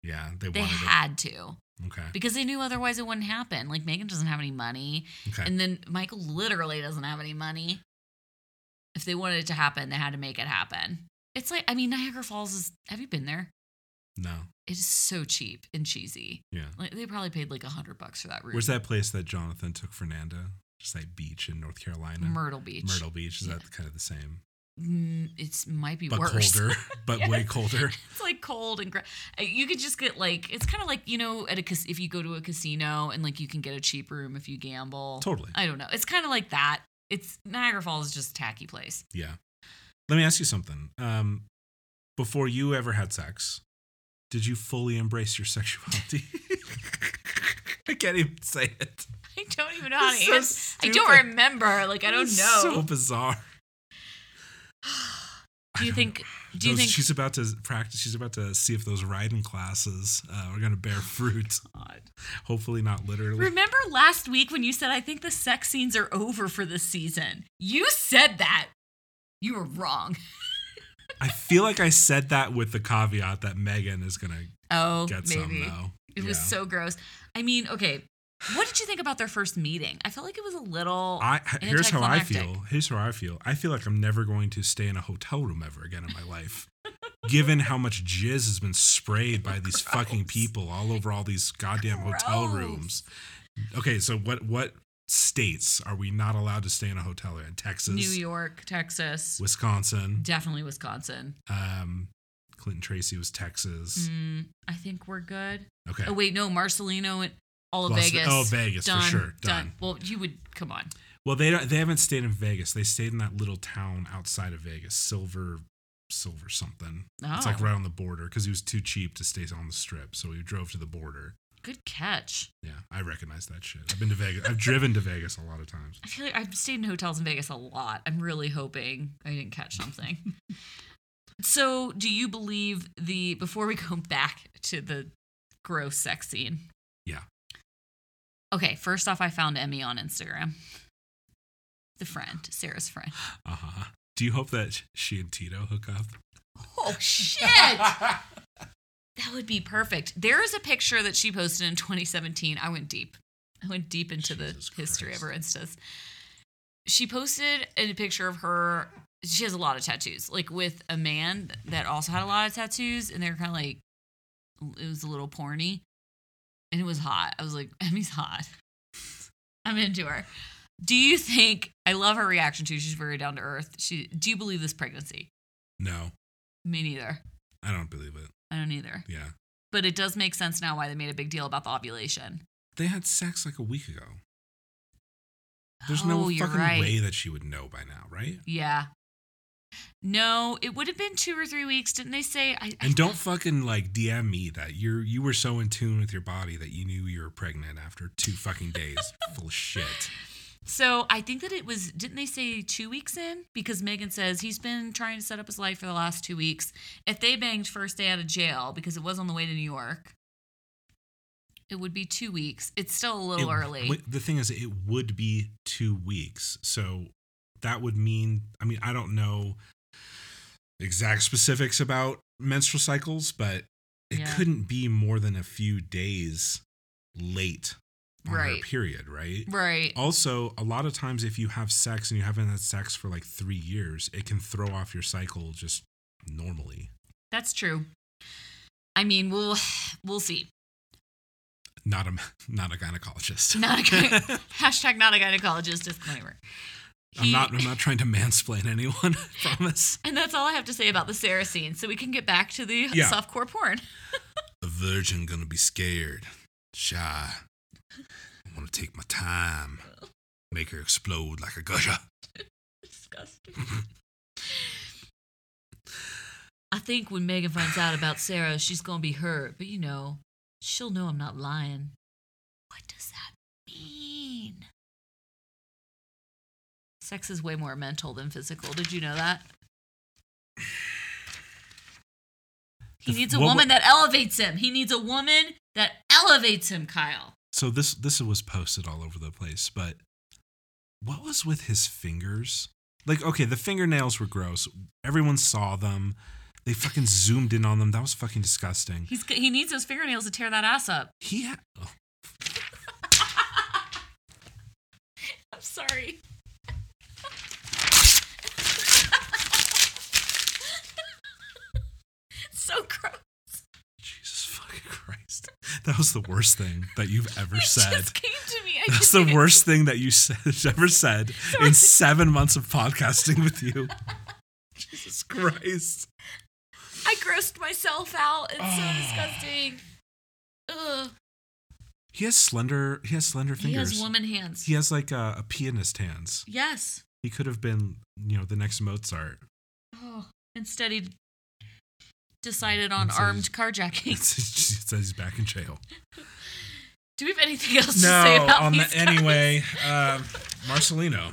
Yeah, they, They wanted had to it. Okay. because they knew otherwise it wouldn't happen. Like Megan doesn't have any money, Okay. and then Michael literally doesn't have any money. If they wanted it to happen, they had to make it happen. It's like I mean Niagara Falls is. Have you been there? no. It is so cheap and cheesy. Yeah. Like they probably paid like a hundred bucks for that room. Where's that place that Jonathan took Fernanda? Just like beach in North Carolina. Myrtle Beach. Myrtle Beach. Is Yeah. that kind of the same? Mm, it's might be But worse. colder. *laughs* *laughs* But way colder. it's like cold and gra- uh, you could just get like it's kind of like you know at a cas- if you go to a casino and like you can get a cheap room if you gamble. Totally. I don't know. It's kind of like that. It's Niagara Falls is just a tacky place. *laughs* Yeah. Let me ask you something. Um, before you ever had sex, did you fully embrace your *laughs* sexuality? I can't even say it. I don't even know how It's to so answer. I don't stupid. remember. Like I don't know. It's So bizarre. do you don't *laughs* think? Do you Those- think? she's about to practice? She's about to see if those riding classes uh, are going to bear *laughs* fruit. God. Hopefully, not literally. Remember last week when you said I think the sex scenes are over for this season? You said that. You were wrong. I feel like I said that with the caveat that Megan is going to Oh, get maybe. some though. It was Yeah. so gross. I mean, okay, what did you think about their first meeting? I felt like it was a little. I here's how I anticlimactic. feel. Here's how I feel. I feel like I'm never going to stay in a hotel room ever again in my life. Given how much jizz has been sprayed by *laughs* these fucking Gross. people all over all these goddamn hotel Gross. rooms. Okay, so what what states are we not allowed to stay in a hotel in? Texas, New York, Texas, Wisconsin, definitely Wisconsin. um, Clinton Tracy was Texas. Mm, I think we're good. Okay. Oh wait, no, Marcelino and all of Las- Vegas. Oh, Vegas done, for sure. done. done. Well, you would come on. Well, they don't. They haven't stayed in Vegas. They stayed in that little town outside of Vegas, Silver, Silver something. Oh, It's like right on the border because he was too cheap to stay on the strip, so we drove to the border. good catch. Yeah, I recognize that shit. I've been to Vegas. I've driven to Vegas a lot of times. I feel like I've stayed in hotels in Vegas a lot. I'm really hoping I didn't catch something. *laughs* so, do you believe the before we go *laughs* back to the gross sex scene? Yeah. Okay, first off, I found Emmy on Instagram. The friend, Sarah's friend. Uh huh. Do you hope that she and Tito hook up? *laughs* Oh shit! that *laughs* would be perfect. There is a picture that she posted in 2017. I went deep. I went deep into Jesus the history of her Christ. instas. She posted a picture of her. She has a lot of tattoos, like with a man that also had a lot of tattoos, and they were kind of like, it was a little porny, and it was hot. I was like, *laughs* Emmy's hot. I'm into her. Do you think? I love her reaction too. She's very down to earth. She. Do you believe this pregnancy? No, Me neither. I don't believe it. I don't either. Yeah, But it does make sense now why they made a big deal about the ovulation. they had sex like a week ago. There's no Oh, fucking you're right. way that she would know by now, right? Yeah. No, it would have been two or three weeks, didn't they say? I, I- And don't fucking like DM me that you're you were so in tune with your body that you knew you were pregnant after two fucking *laughs* days. Full of shit. so I think that it was. Didn't they say two weeks in? Because Megan says he's been trying to set up his life for the last two weeks. If they banged first day out of jail because it was on the way to New York, it would be two weeks. It's still a little It- early. w- The thing is, it would be two weeks, so that would mean. I mean, I don't know exact specifics about menstrual cycles, but it Yeah. couldn't be more than a few days late on her Right. period, right? right. Oh. Also, a lot of times if you have sex and you haven't had sex for like three years, it can throw off your cycle just normally. That's true. I mean, we'll we'll see. Not a *laughs* not a gynecologist. *laughs* Not a gyne- Hashtag not a gynecologist disclaimer. *laughs* I'm He- not. I'm not trying to mansplain anyone. *laughs* I promise. and that's all I have to say about the Sarah scene. So we can get back to the Yeah. softcore porn. A virgin gonna be scared, shy. I want to take my time, make her explode like a gusher. Disgusting. I think when Megan finds out about Sarah, she's gonna be hurt. But you know, she'll know I'm not lying. What does that mean? Sex is way more mental than physical. Did you know that? He The- needs a what woman wa- that elevates him. He needs a woman that elevates him, Kyle. So this this was posted all over the place, but what was with his fingers? Like, okay, the fingernails were gross. Everyone saw them. They fucking zoomed in on them. That was fucking disgusting. He's he needs those fingernails to tear that ass up. He ha- oh, I'm sorry. so gross. Jesus fucking Christ. That was the worst thing that you've ever It *laughs* said. just came to me. I That's just the didn't- worst thing that you said *laughs* ever said in seven months of podcasting *laughs* with you. Jesus Christ. I grossed myself out. It's so Ah. disgusting. Ugh. He has slender. He has slender He fingers. has woman hands. He has like a, a pianist hands. yes. He could have been, you know, the *laughs* next Mozart. Oh. Instead, he decided on Instead armed he's- It carjacking. *laughs* says he's back in jail. Do we have anything else *laughs* to say about these *clears throat* guys? um, *laughs* Marcelino.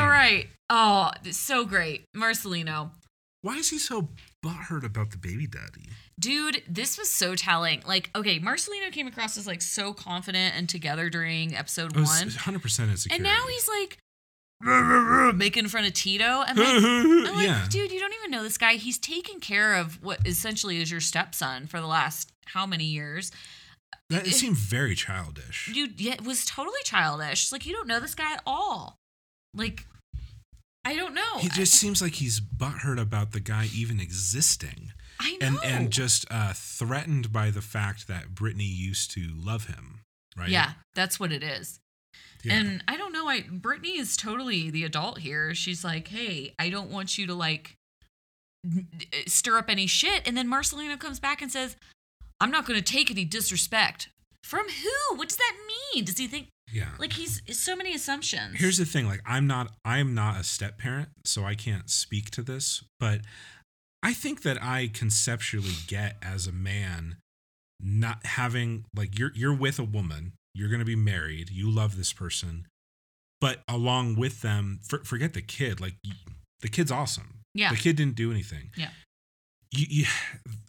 All right. Oh, it's so great, Marcelino. Why is he so butthurt about the baby daddy? Dude, this was so telling. Like, okay, Marcelino came across as like so confident and together during episode It was one. 100% insecure. And now *laughs* he's like "Rrr, rrr, rrr," making fun of Tito. And *gasps* like, I'm like, yeah. dude, you don't even know this guy. He's taken care of what essentially is your stepson for the last how many years. That, it seemed very childish. You yeah, it was totally childish. Like, you don't know this guy at all. Like, I don't know. He just seems like he's butthurt about the guy even existing, I know. and and just uh, threatened by the fact that Brittany used to love him, right? Yeah, that's what it is. Yeah. And I don't know. I Brittany is totally the adult here. She's like, "Hey, I don't want you to like n- n- stir up any shit." And then Marcelino comes back and says, "I'm not going to take any disrespect from who? What does that mean? Does he think yeah. like he's so many assumptions?" Here's the thing: like, I'm not, I'm not a step parent, so I can't speak to this. But I think that I conceptually get as a man not having like you're you're with a woman, you're gonna be married, you love this person, but along with them, for, forget the kid. Like, y- the kid's awesome. yeah, The kid didn't do anything. Yeah. You, you,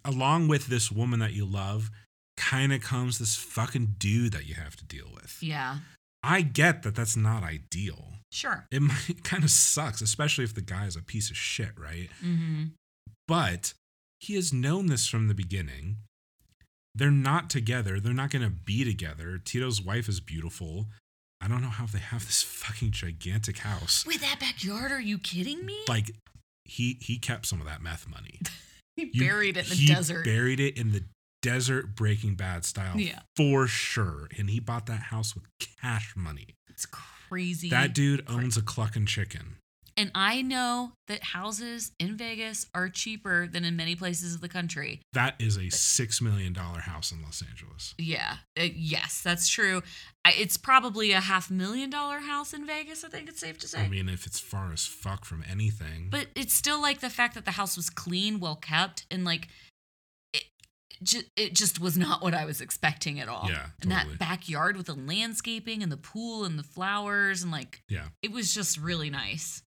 along with this woman that you love, kind of comes this fucking dude that you have to deal with. yeah, I get that that's not ideal. sure. It might *laughs* it kind of sucks, especially if the guy is a piece of shit, right? Mm-hmm. But he has known this from the beginning. They're not together. They're not going to be together. Tito's wife is beautiful. I don't know how they have this *laughs* fucking gigantic house. With that backyard, are you kidding me? Like he he kept some of that meth *laughs* money. he You- buried it in the he desert. Buried it in the desert, Breaking Bad style, Yeah. for sure. And he bought that house with cash money. it's crazy. That dude owns a cluckin' chicken. And I know that houses in Vegas are cheaper than in many places of the country. That is a six million dollar house in Los Angeles. Yeah. Uh, yes, that's true. I, it's probably a half million dollar house in Vegas, I think it's safe to say. I mean, if it's far as fuck from anything, but it's still like the fact that the house was clean, well kept, and like it, ju- it just was not what I was expecting at all. Yeah, And that totally. backyard with the landscaping and the pool and the flowers and like yeah. it was just really nice.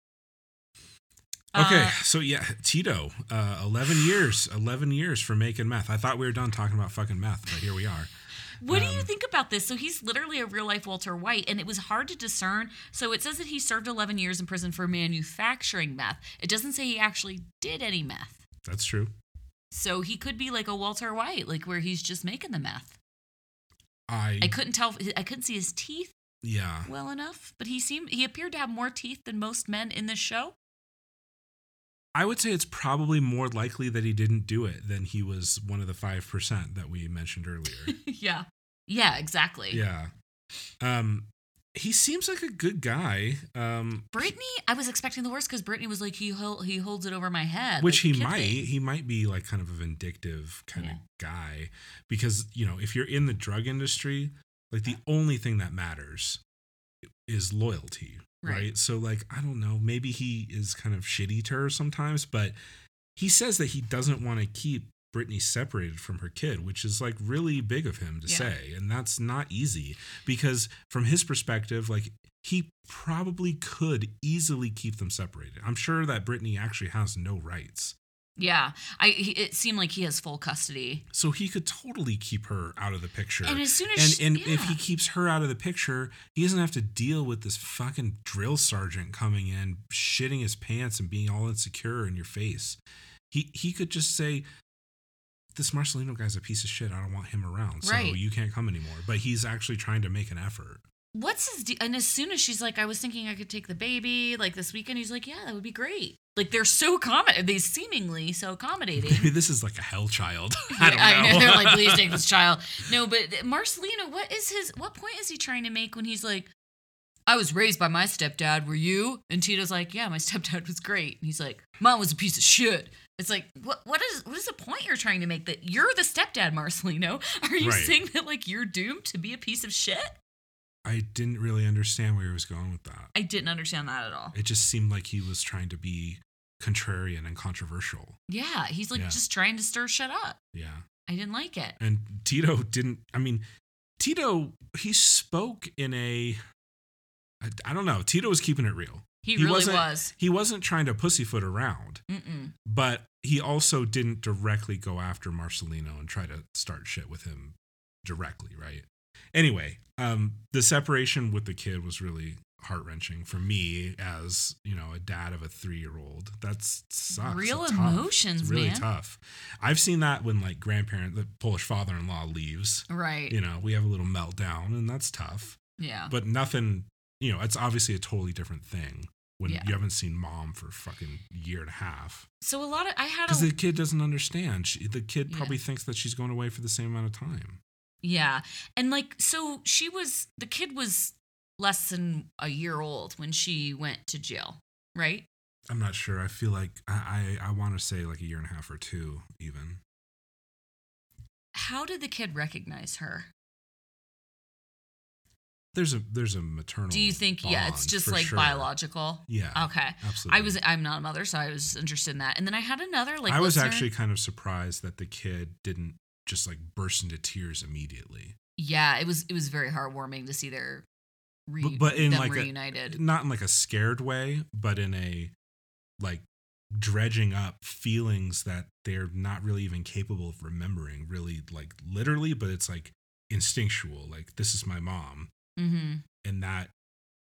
Okay, Uh, so yeah, Tito, uh, *sighs* eleven years, eleven years for making meth. I thought we were done talking about fucking meth, but here we are. What do you Um, think about this? So he's literally a real life Walter White, and it was hard to discern. So it says that he served 11 years in prison for manufacturing meth. It doesn't say he actually did any meth. That's true. So he could be like a Walter White, like where he's just making the meth. I, I couldn't tell. I couldn't see his teeth yeah, well enough, but he seemed he appeared to have more teeth than most men in this show. *laughs* I would say it's probably more likely that he didn't do it than he was one of the five percent that we *laughs* mentioned earlier. yeah. Yeah. Exactly. yeah. Um, he seems like a good guy. Um, Brittany, I was expecting the worst because Brittany was like he hol- he holds it over my head, which like, he kid might thing. he might be like kind of a vindictive kind Yeah. of guy because you know if you're in the drug industry like the only thing that matters is loyalty right, Right. so like i don't know maybe he is kind of shitty to her sometimes but he says that he doesn't want to keep Brittany separated from her kid, which is like really big of him to Yeah. say. And that's not easy because, from his perspective, like he probably could easily keep them separated. I'm sure that Brittany actually has no rights. Yeah, I. He, it seemed like he has full custody. So he could totally keep her out of the picture. And as soon as and she- and if yeah. he keeps her out of the picture, he doesn't have to deal with this fucking drill sergeant coming in, shitting his pants and being all insecure in your face. He he could just say, "This Marcelino guy's a piece of shit. I don't want him around, so Right. you can't come anymore." But he's actually trying to make an effort. what's his de- and as soon as she's like i was thinking i could take the baby like this weekend he's like yeah that would be great like they're so com they seemingly so accommodating *laughs* Maybe this is like a hell child. *laughs* I don't *laughs* know. they're like please take this child no but marcelino what is his what point is he trying to make when he's like i was raised by my stepdad were you and tito's like yeah my stepdad was great and he's like mom was a piece of shit it's like what what is what is the point you're trying to make that you're the stepdad marcelino *laughs* are you Right. saying that like you're doomed to be a piece of shit I didn't really understand where he was going with that. i didn't understand that at all It just seemed like he was trying to be contrarian and controversial. Yeah, he's like Yeah. just trying to stir shit up. Yeah. I didn't like it. and Tito didn't. I mean, Tito he spoke in a. I, I don't know. Tito was keeping it real. He, He really wasn't- was. He wasn't trying to pussyfoot around, Mm-mm. but he also didn't directly go after Marcelino and try to start shit with him directly, right? Anyway, um, the separation with the kid was really heart wrenching for me as you know a dad of a three year old. That's sucks. Real It's tough. emotions, It's really man. tough. I've seen that when like grandparent, the Polish father in law leaves Right. you know, we have a little meltdown and that's tough, Yeah. but nothing, you know, it's obviously a totally different thing when Yeah. you haven't seen mom for a fucking year and a half So a lot of I had a because the kid doesn't understand. She, the kid Yeah. probably thinks that she's going away for the same amount of time. yeah, and like so she was the kid was less than a year old when she went to jail, right? I'm not sure. I feel like I, I, I want to say like a year and a half or two, even. How did the kid recognize her? There's a there's a maternal. Do you think yeah, it's bond, just for like sure. biological? Yeah, Okay. absolutely. I was I'm not a mother, so I was just interested in that. And then I had another like I was listener- actually kind of surprised that the kid didn't just like burst into tears immediately. yeah, it was it was very heartwarming to see their re- But- but in them like a- reunited. not in like a scared way, but in a like dredging up feelings that they're not really even capable of remembering, really like literally, but it's like instinctual. Like, this is my mom. mm-hmm. And that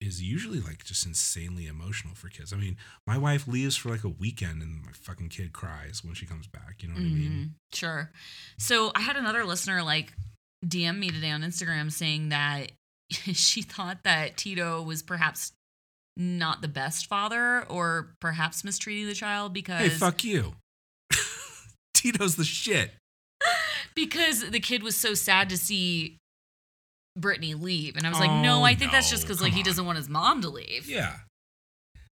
is usually like just insanely emotional for kids. I mean, my wife leaves for like a weekend and my fucking kid cries when she comes back. You know what I mean? Mhm. Sure. So I had another listener like DM me today on Instagram saying that *laughs* she thought that Tito was perhaps not the best father or perhaps mistreating the child Hey, because fuck you. *laughs* Tito's the shit. because the kid was so sad to see Brittany leave. And I was like, no, Oh, I think that's just no, because like come he on. doesn't want his mom to leave. Yeah.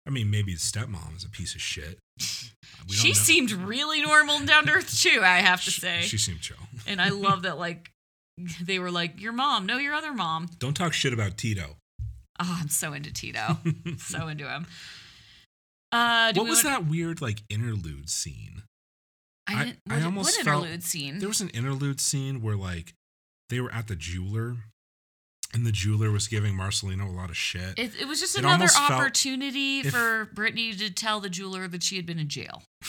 I mean, maybe his stepmom is a piece of shit. We don't she know. seemed really normal and down to earth too, I have to She- say. She seemed chill. and I love that like *laughs* they were like, Your mom, no, your other mom. Don't talk shit about Tito. Oh, I'm so into *laughs* Tito. so into him. Uh, do what we was want- that weird like interlude scene? I, I- didn't, I what, almost what felt- interlude scene. There was an interlude scene where like they were at the jeweler and the jeweler was giving Marcelino a lot of shit. it, it was just it another almost felt- opportunity if- for Brittany to tell the jeweler that she had been in jail. *laughs*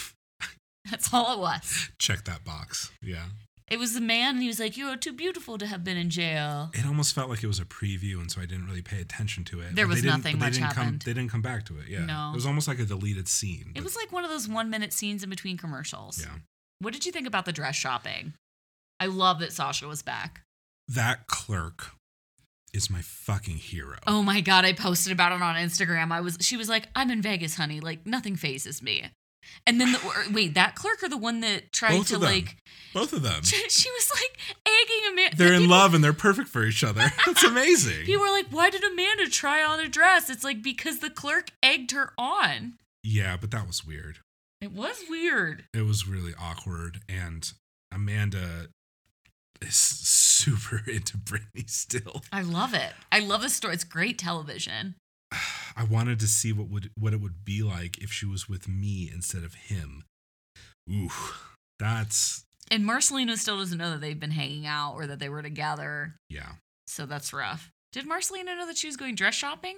That's all it was. Check that box. Yeah. It was the man, and he was like, "You are too beautiful to have been in jail." It almost felt like it was a preview and so I didn't really pay attention to it. There But was they didn't- nothing but they much didn't Come, happened. they didn't come back to it. Yeah. No. It was almost like a deleted scene. It but- was like one of those one-minute scenes in between commercials. yeah. What did you think about the dress shopping? I love that Sasha was back. That clerk is my fucking hero. Oh my god, I posted about it on Instagram. I was she was like, "I'm in Vegas, honey. Like nothing phases me." And then the or, wait, that clerk or the one that tried Both to of them. like *laughs* Both of them. she, was like egging Amanda. They're in love and they're perfect for each other. *laughs* That's amazing. People were like, "Why did Amanda try on a dress?" It's like because the clerk egged her on. Yeah, but that was weird. It was weird. It was really awkward. And Amanda is *laughs* super *laughs* into Britney still. I love it. I love this story. It's great television. I wanted to see what would what it would be like if she was with me instead of him. Ooh, that's And Marcelino still doesn't know that they've been hanging out or that they were together. yeah. So that's rough. Did Marcelino know that she was going dress shopping?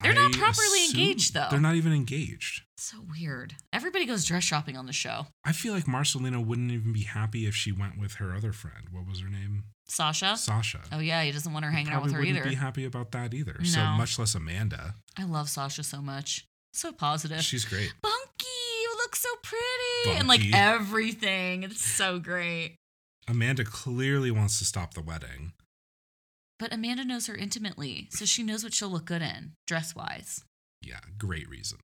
They're not properly assume- engaged, though. They're not even engaged. So weird. Everybody goes dress shopping on the show. I feel like Marcelino wouldn't even be happy if she went with her other friend. What was her name? Sasha? Sasha. oh, yeah. He doesn't want her He hanging out with probably her wouldn't either. Be happy about that either. So No. much less Amanda. I love Sasha so much. So positive. She's great. Bunky, you look so pretty. And like Bunky. everything. It's so great. Amanda clearly wants to stop the wedding. But Amanda knows her intimately, so she knows what she'll look good in, dress wise. Yeah, great reason.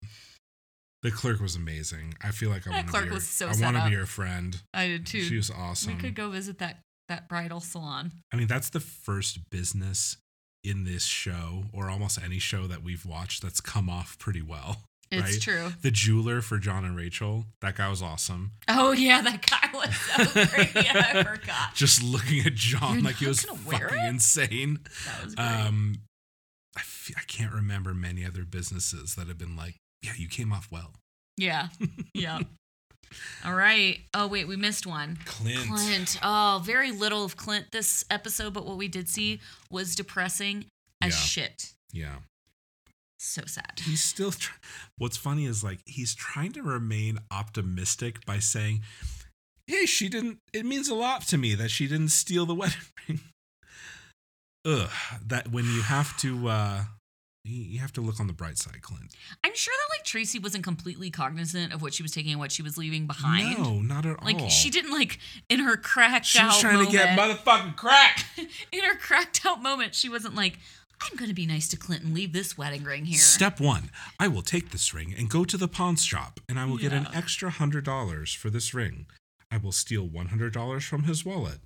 The clerk was amazing. I feel like I That want to clerk be her, was so I set want to up. be her friend. I did She was awesome. We could go visit that that bridal salon. I mean, that's the first business in this show or almost any show that we've watched that's come off pretty well. It's Right? true. The jeweler for John and Rachel, that guy was awesome. Oh yeah, that guy was *laughs* so great. Yeah, I forgot. Just looking at John You're like he not was gonna wear fucking it? insane. That was great. Um, I f- I can't remember many other businesses that have been like, yeah, you came off well. *laughs* yeah. Yeah. All right. Oh wait, we missed one. Clint. Clint. Oh, very little of Clint this episode, but what we did see was depressing as Yeah. shit. Yeah. So sad. He's still. Tr- What's funny is like he's trying to remain optimistic by saying, "Hey, she didn't. It means a lot to me that she didn't steal the *laughs* wedding ring." Ugh. That when you have to, uh, you you have to look on the bright side, Clint. I'm sure that like Tracy wasn't completely cognizant of what she was taking and what she was leaving behind. No, not at Like all. she didn't like in her cracked She out was trying moment, to get motherfucking crack. *laughs* in her cracked out moment, she wasn't like, I'm gonna be nice to Clint and leave this wedding ring here. Step one: I will take this ring and go to the pawn shop, and I will get an Yeah. extra hundred dollars for this ring. I will steal one hundred dollars from his wallet.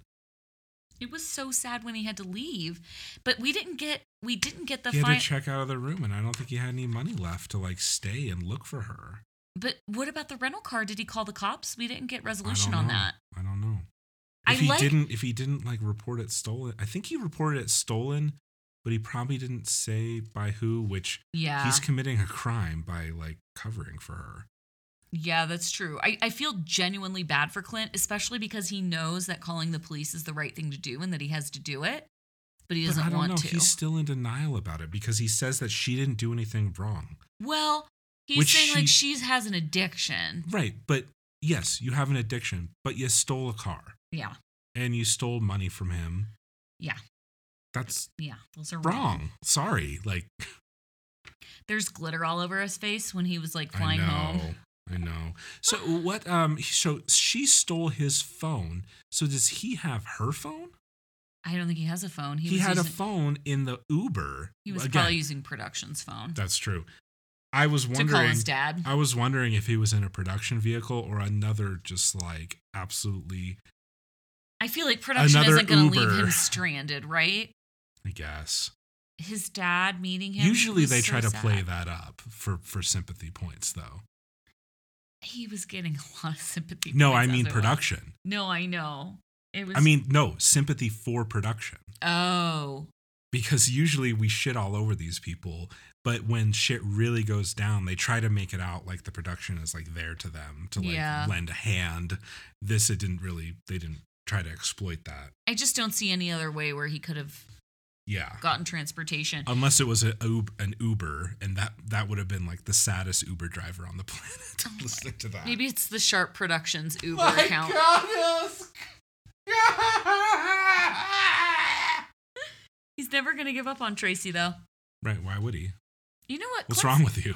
it was so sad when he had to leave, but we didn't get we didn't get the he had final. to check out of the room, and I don't think he had any money left to like stay and look for her. but what about the rental car? Did he call the cops? We didn't get I don't resolution on know. that. I don't know. I If he like- didn't, if he didn't like report it stolen, I think he reported it stolen, but he probably didn't say by who. Which Yeah, he's committing a crime by like covering for her. yeah, that's true. I, I feel genuinely bad for Clint, especially because he knows that calling the police is the right thing to do and that he has to do it, but he But doesn't I don't want know. to. He's still in denial about it because he says that she didn't do anything wrong. Well, he's Which saying like she- she has an addiction. Right, but yes, you have an addiction, but you stole a car Yeah, and you stole money from him. yeah, That's yeah. Those are wrong. Sorry, like There's glitter all over his face when he was like flying home. I know. So what? Um. So she stole his phone. So does he have her phone? I don't think he has a phone. He, He, was had using, a phone in the Uber. He was Again, probably using production's phone That's true. I was to call wondering. uh, his dad. I was wondering if he was in a production vehicle or another, just like absolutely. I feel like production Another isn't going to leave Uber. him stranded, right? I guess. His dad meeting him. Usually was they so try to play sad. that up for for sympathy points, though. He was getting *laughs* a lot of sympathy. No, I points as mean it was. production. No, I know. It was. I mean no sympathy for production. oh, because usually we shit all over these people but when shit really goes down they try to make it out like the production is like there to them to like Yeah. lend a hand this it didn't really they didn't try to exploit that I just don't see any other way where he could have yeah gotten transportation. unless it was a, Ub- an uber and that that would have been like the saddest uber driver on the *laughs* planet to listen to that Oh Maybe it's the Sharp Productions Uber account. God, yes. He's never gonna give up on Tracy though. right why would he You know what? what's Clint's- wrong with you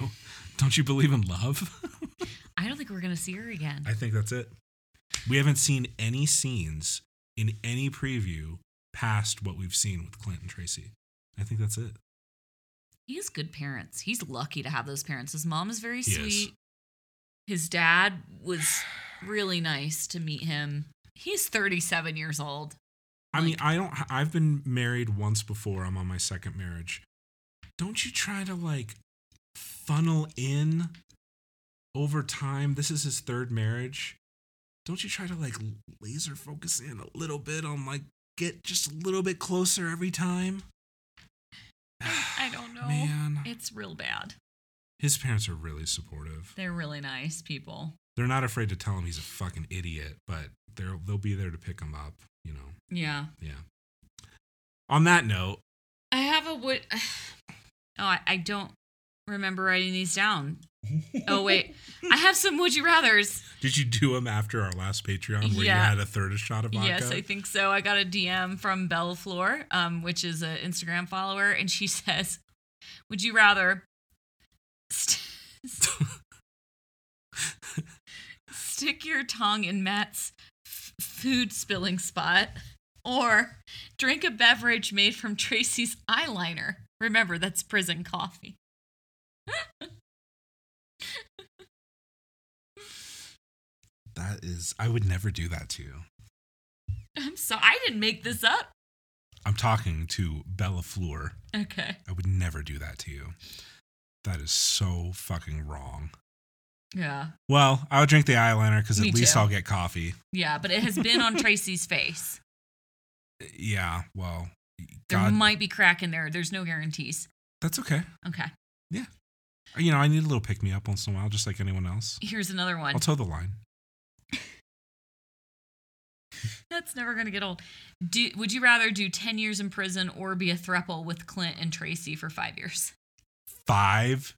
don't you believe in love I don't think we're gonna see her again. I think that's it. We haven't seen any scenes in any preview past what we've seen with Clint and Tracy. I think that's it. He's good parents. He's lucky to have those parents. His mom is very He is. sweet. His dad was really nice to meet him. He's 37 years old. *sighs* I mean, I don't. I've been married once before. I'm on my second marriage. Don't you try to like funnel in over time? This is his third marriage. Don't you try to like laser focus in a little bit on like get just a little bit closer every time? *sighs* I don't know. Man, It's real bad. his parents are really supportive. They're really nice people. they're not afraid to tell him he's a fucking idiot, but they're they'll be there to pick him up. You know. Yeah. Yeah. On that note, I have a what? *sighs* Oh, I, I don't remember writing these down. Oh wait, I have some would you rather's. did you do him after our last Patreon where Yeah. you had a third of shot of vodka? Yes, I think so. I got a DM from Belle Flor, um, which is an Instagram follower, and she *laughs* says, "Would you rather st- *laughs* stick your tongue in Matt's f- food spilling spot, or drink a beverage made from Tracy's eyeliner? Remember, that's prison coffee." *laughs* that is. I would never do that to you. I'm so I didn't make this up. I'm talking to Bella Fleur. Okay. I would never do that to you. That is so fucking wrong. Yeah. Well, I would drink the eyeliner because at Me least too. I'll get coffee. Yeah, but it has been on Tracy's face. Yeah. Well, There God, might be crack in there. There's no guarantees. that's okay. Okay. You know, I need a little pick me up once in a while, just like anyone else. Here's another one. I'll toe the line. That's never going to get old. Do, would you rather do 10 years in prison or be a thruple with Clint and Tracy for five years? Five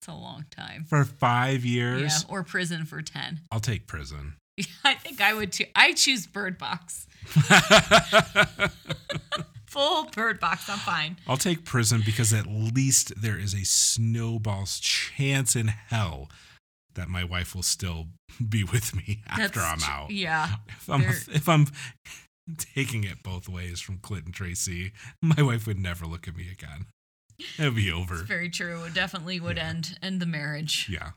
It's a long time. for five years. Yeah, or prison for 10. I'll take prison. *laughs* *laughs* I think I would too. I choose Bird Box. Full Bird Box. I'm fine. I'll take prison because at least there is a snowball's chance in hell that my wife will still be with me after That's I'm tr- out. Yeah. If I'm, There- if I'm taking it both ways from Clinton Tracy, my wife would never look at me again. It'd be It's over. very true. It definitely would Yeah. end end the marriage. Yeah.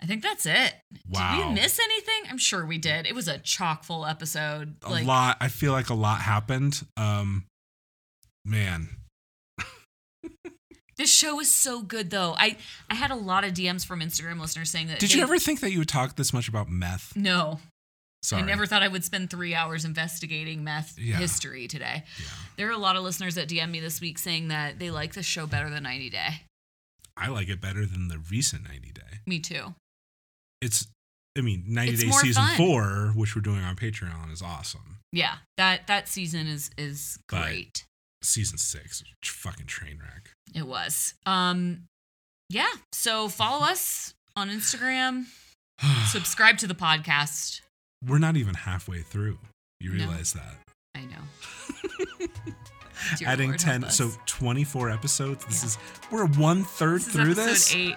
I think that's it. Wow. Did we miss anything? I'm sure we did. It was a chock full episode. a like lot. I feel like a lot happened. Um, man, this show is so good though. I I had a lot of DMs from Instagram listeners saying that did they- you ever think that you would talk this much about meth? No. Sorry. I never thought I would spend three hours investigating meth Yeah. history today. Yeah. There are a lot of listeners that DM me this week saying that they like this show better than 90 Day. I like it better than the recent 90 Day. Me too. It's, I mean, 90 It's Day more season fun. four, which we're doing on Patreon, is awesome. Yeah. That that season is is But- great. Season six, tr- fucking train wreck. It was. Um yeah. So follow us on *sighs* Instagram. Subscribe to the podcast. We're not even halfway through. You No. realize that? I know. Dear Adding Lord, help 10, us. so 24 episodes. This Yeah. is, we're one third this is through episode this. eight.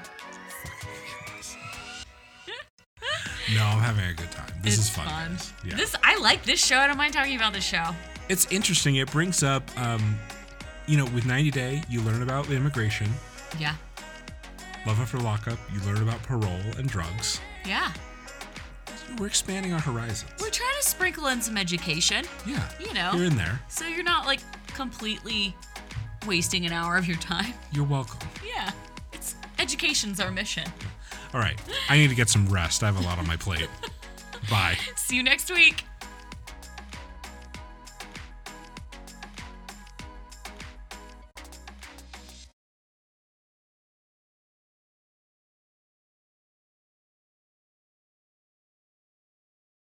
No, I'm having a good time. This It's is fun. fun. guys. Yeah. This I like this show. I don't mind talking about this show. it's interesting. It brings up, um, you know, with 90 Day, you learn about immigration, Yeah. love after lockup, you learn about parole and drugs. Yeah. We're expanding our horizons. We're trying to sprinkle in some education, yeah. you know. You're in there. so you're not like completely wasting an hour of your time. *laughs* You're welcome. Yeah. It's education's our mission. *laughs* All right. I need to get some rest. I have a lot on my plate. Bye. See you next week.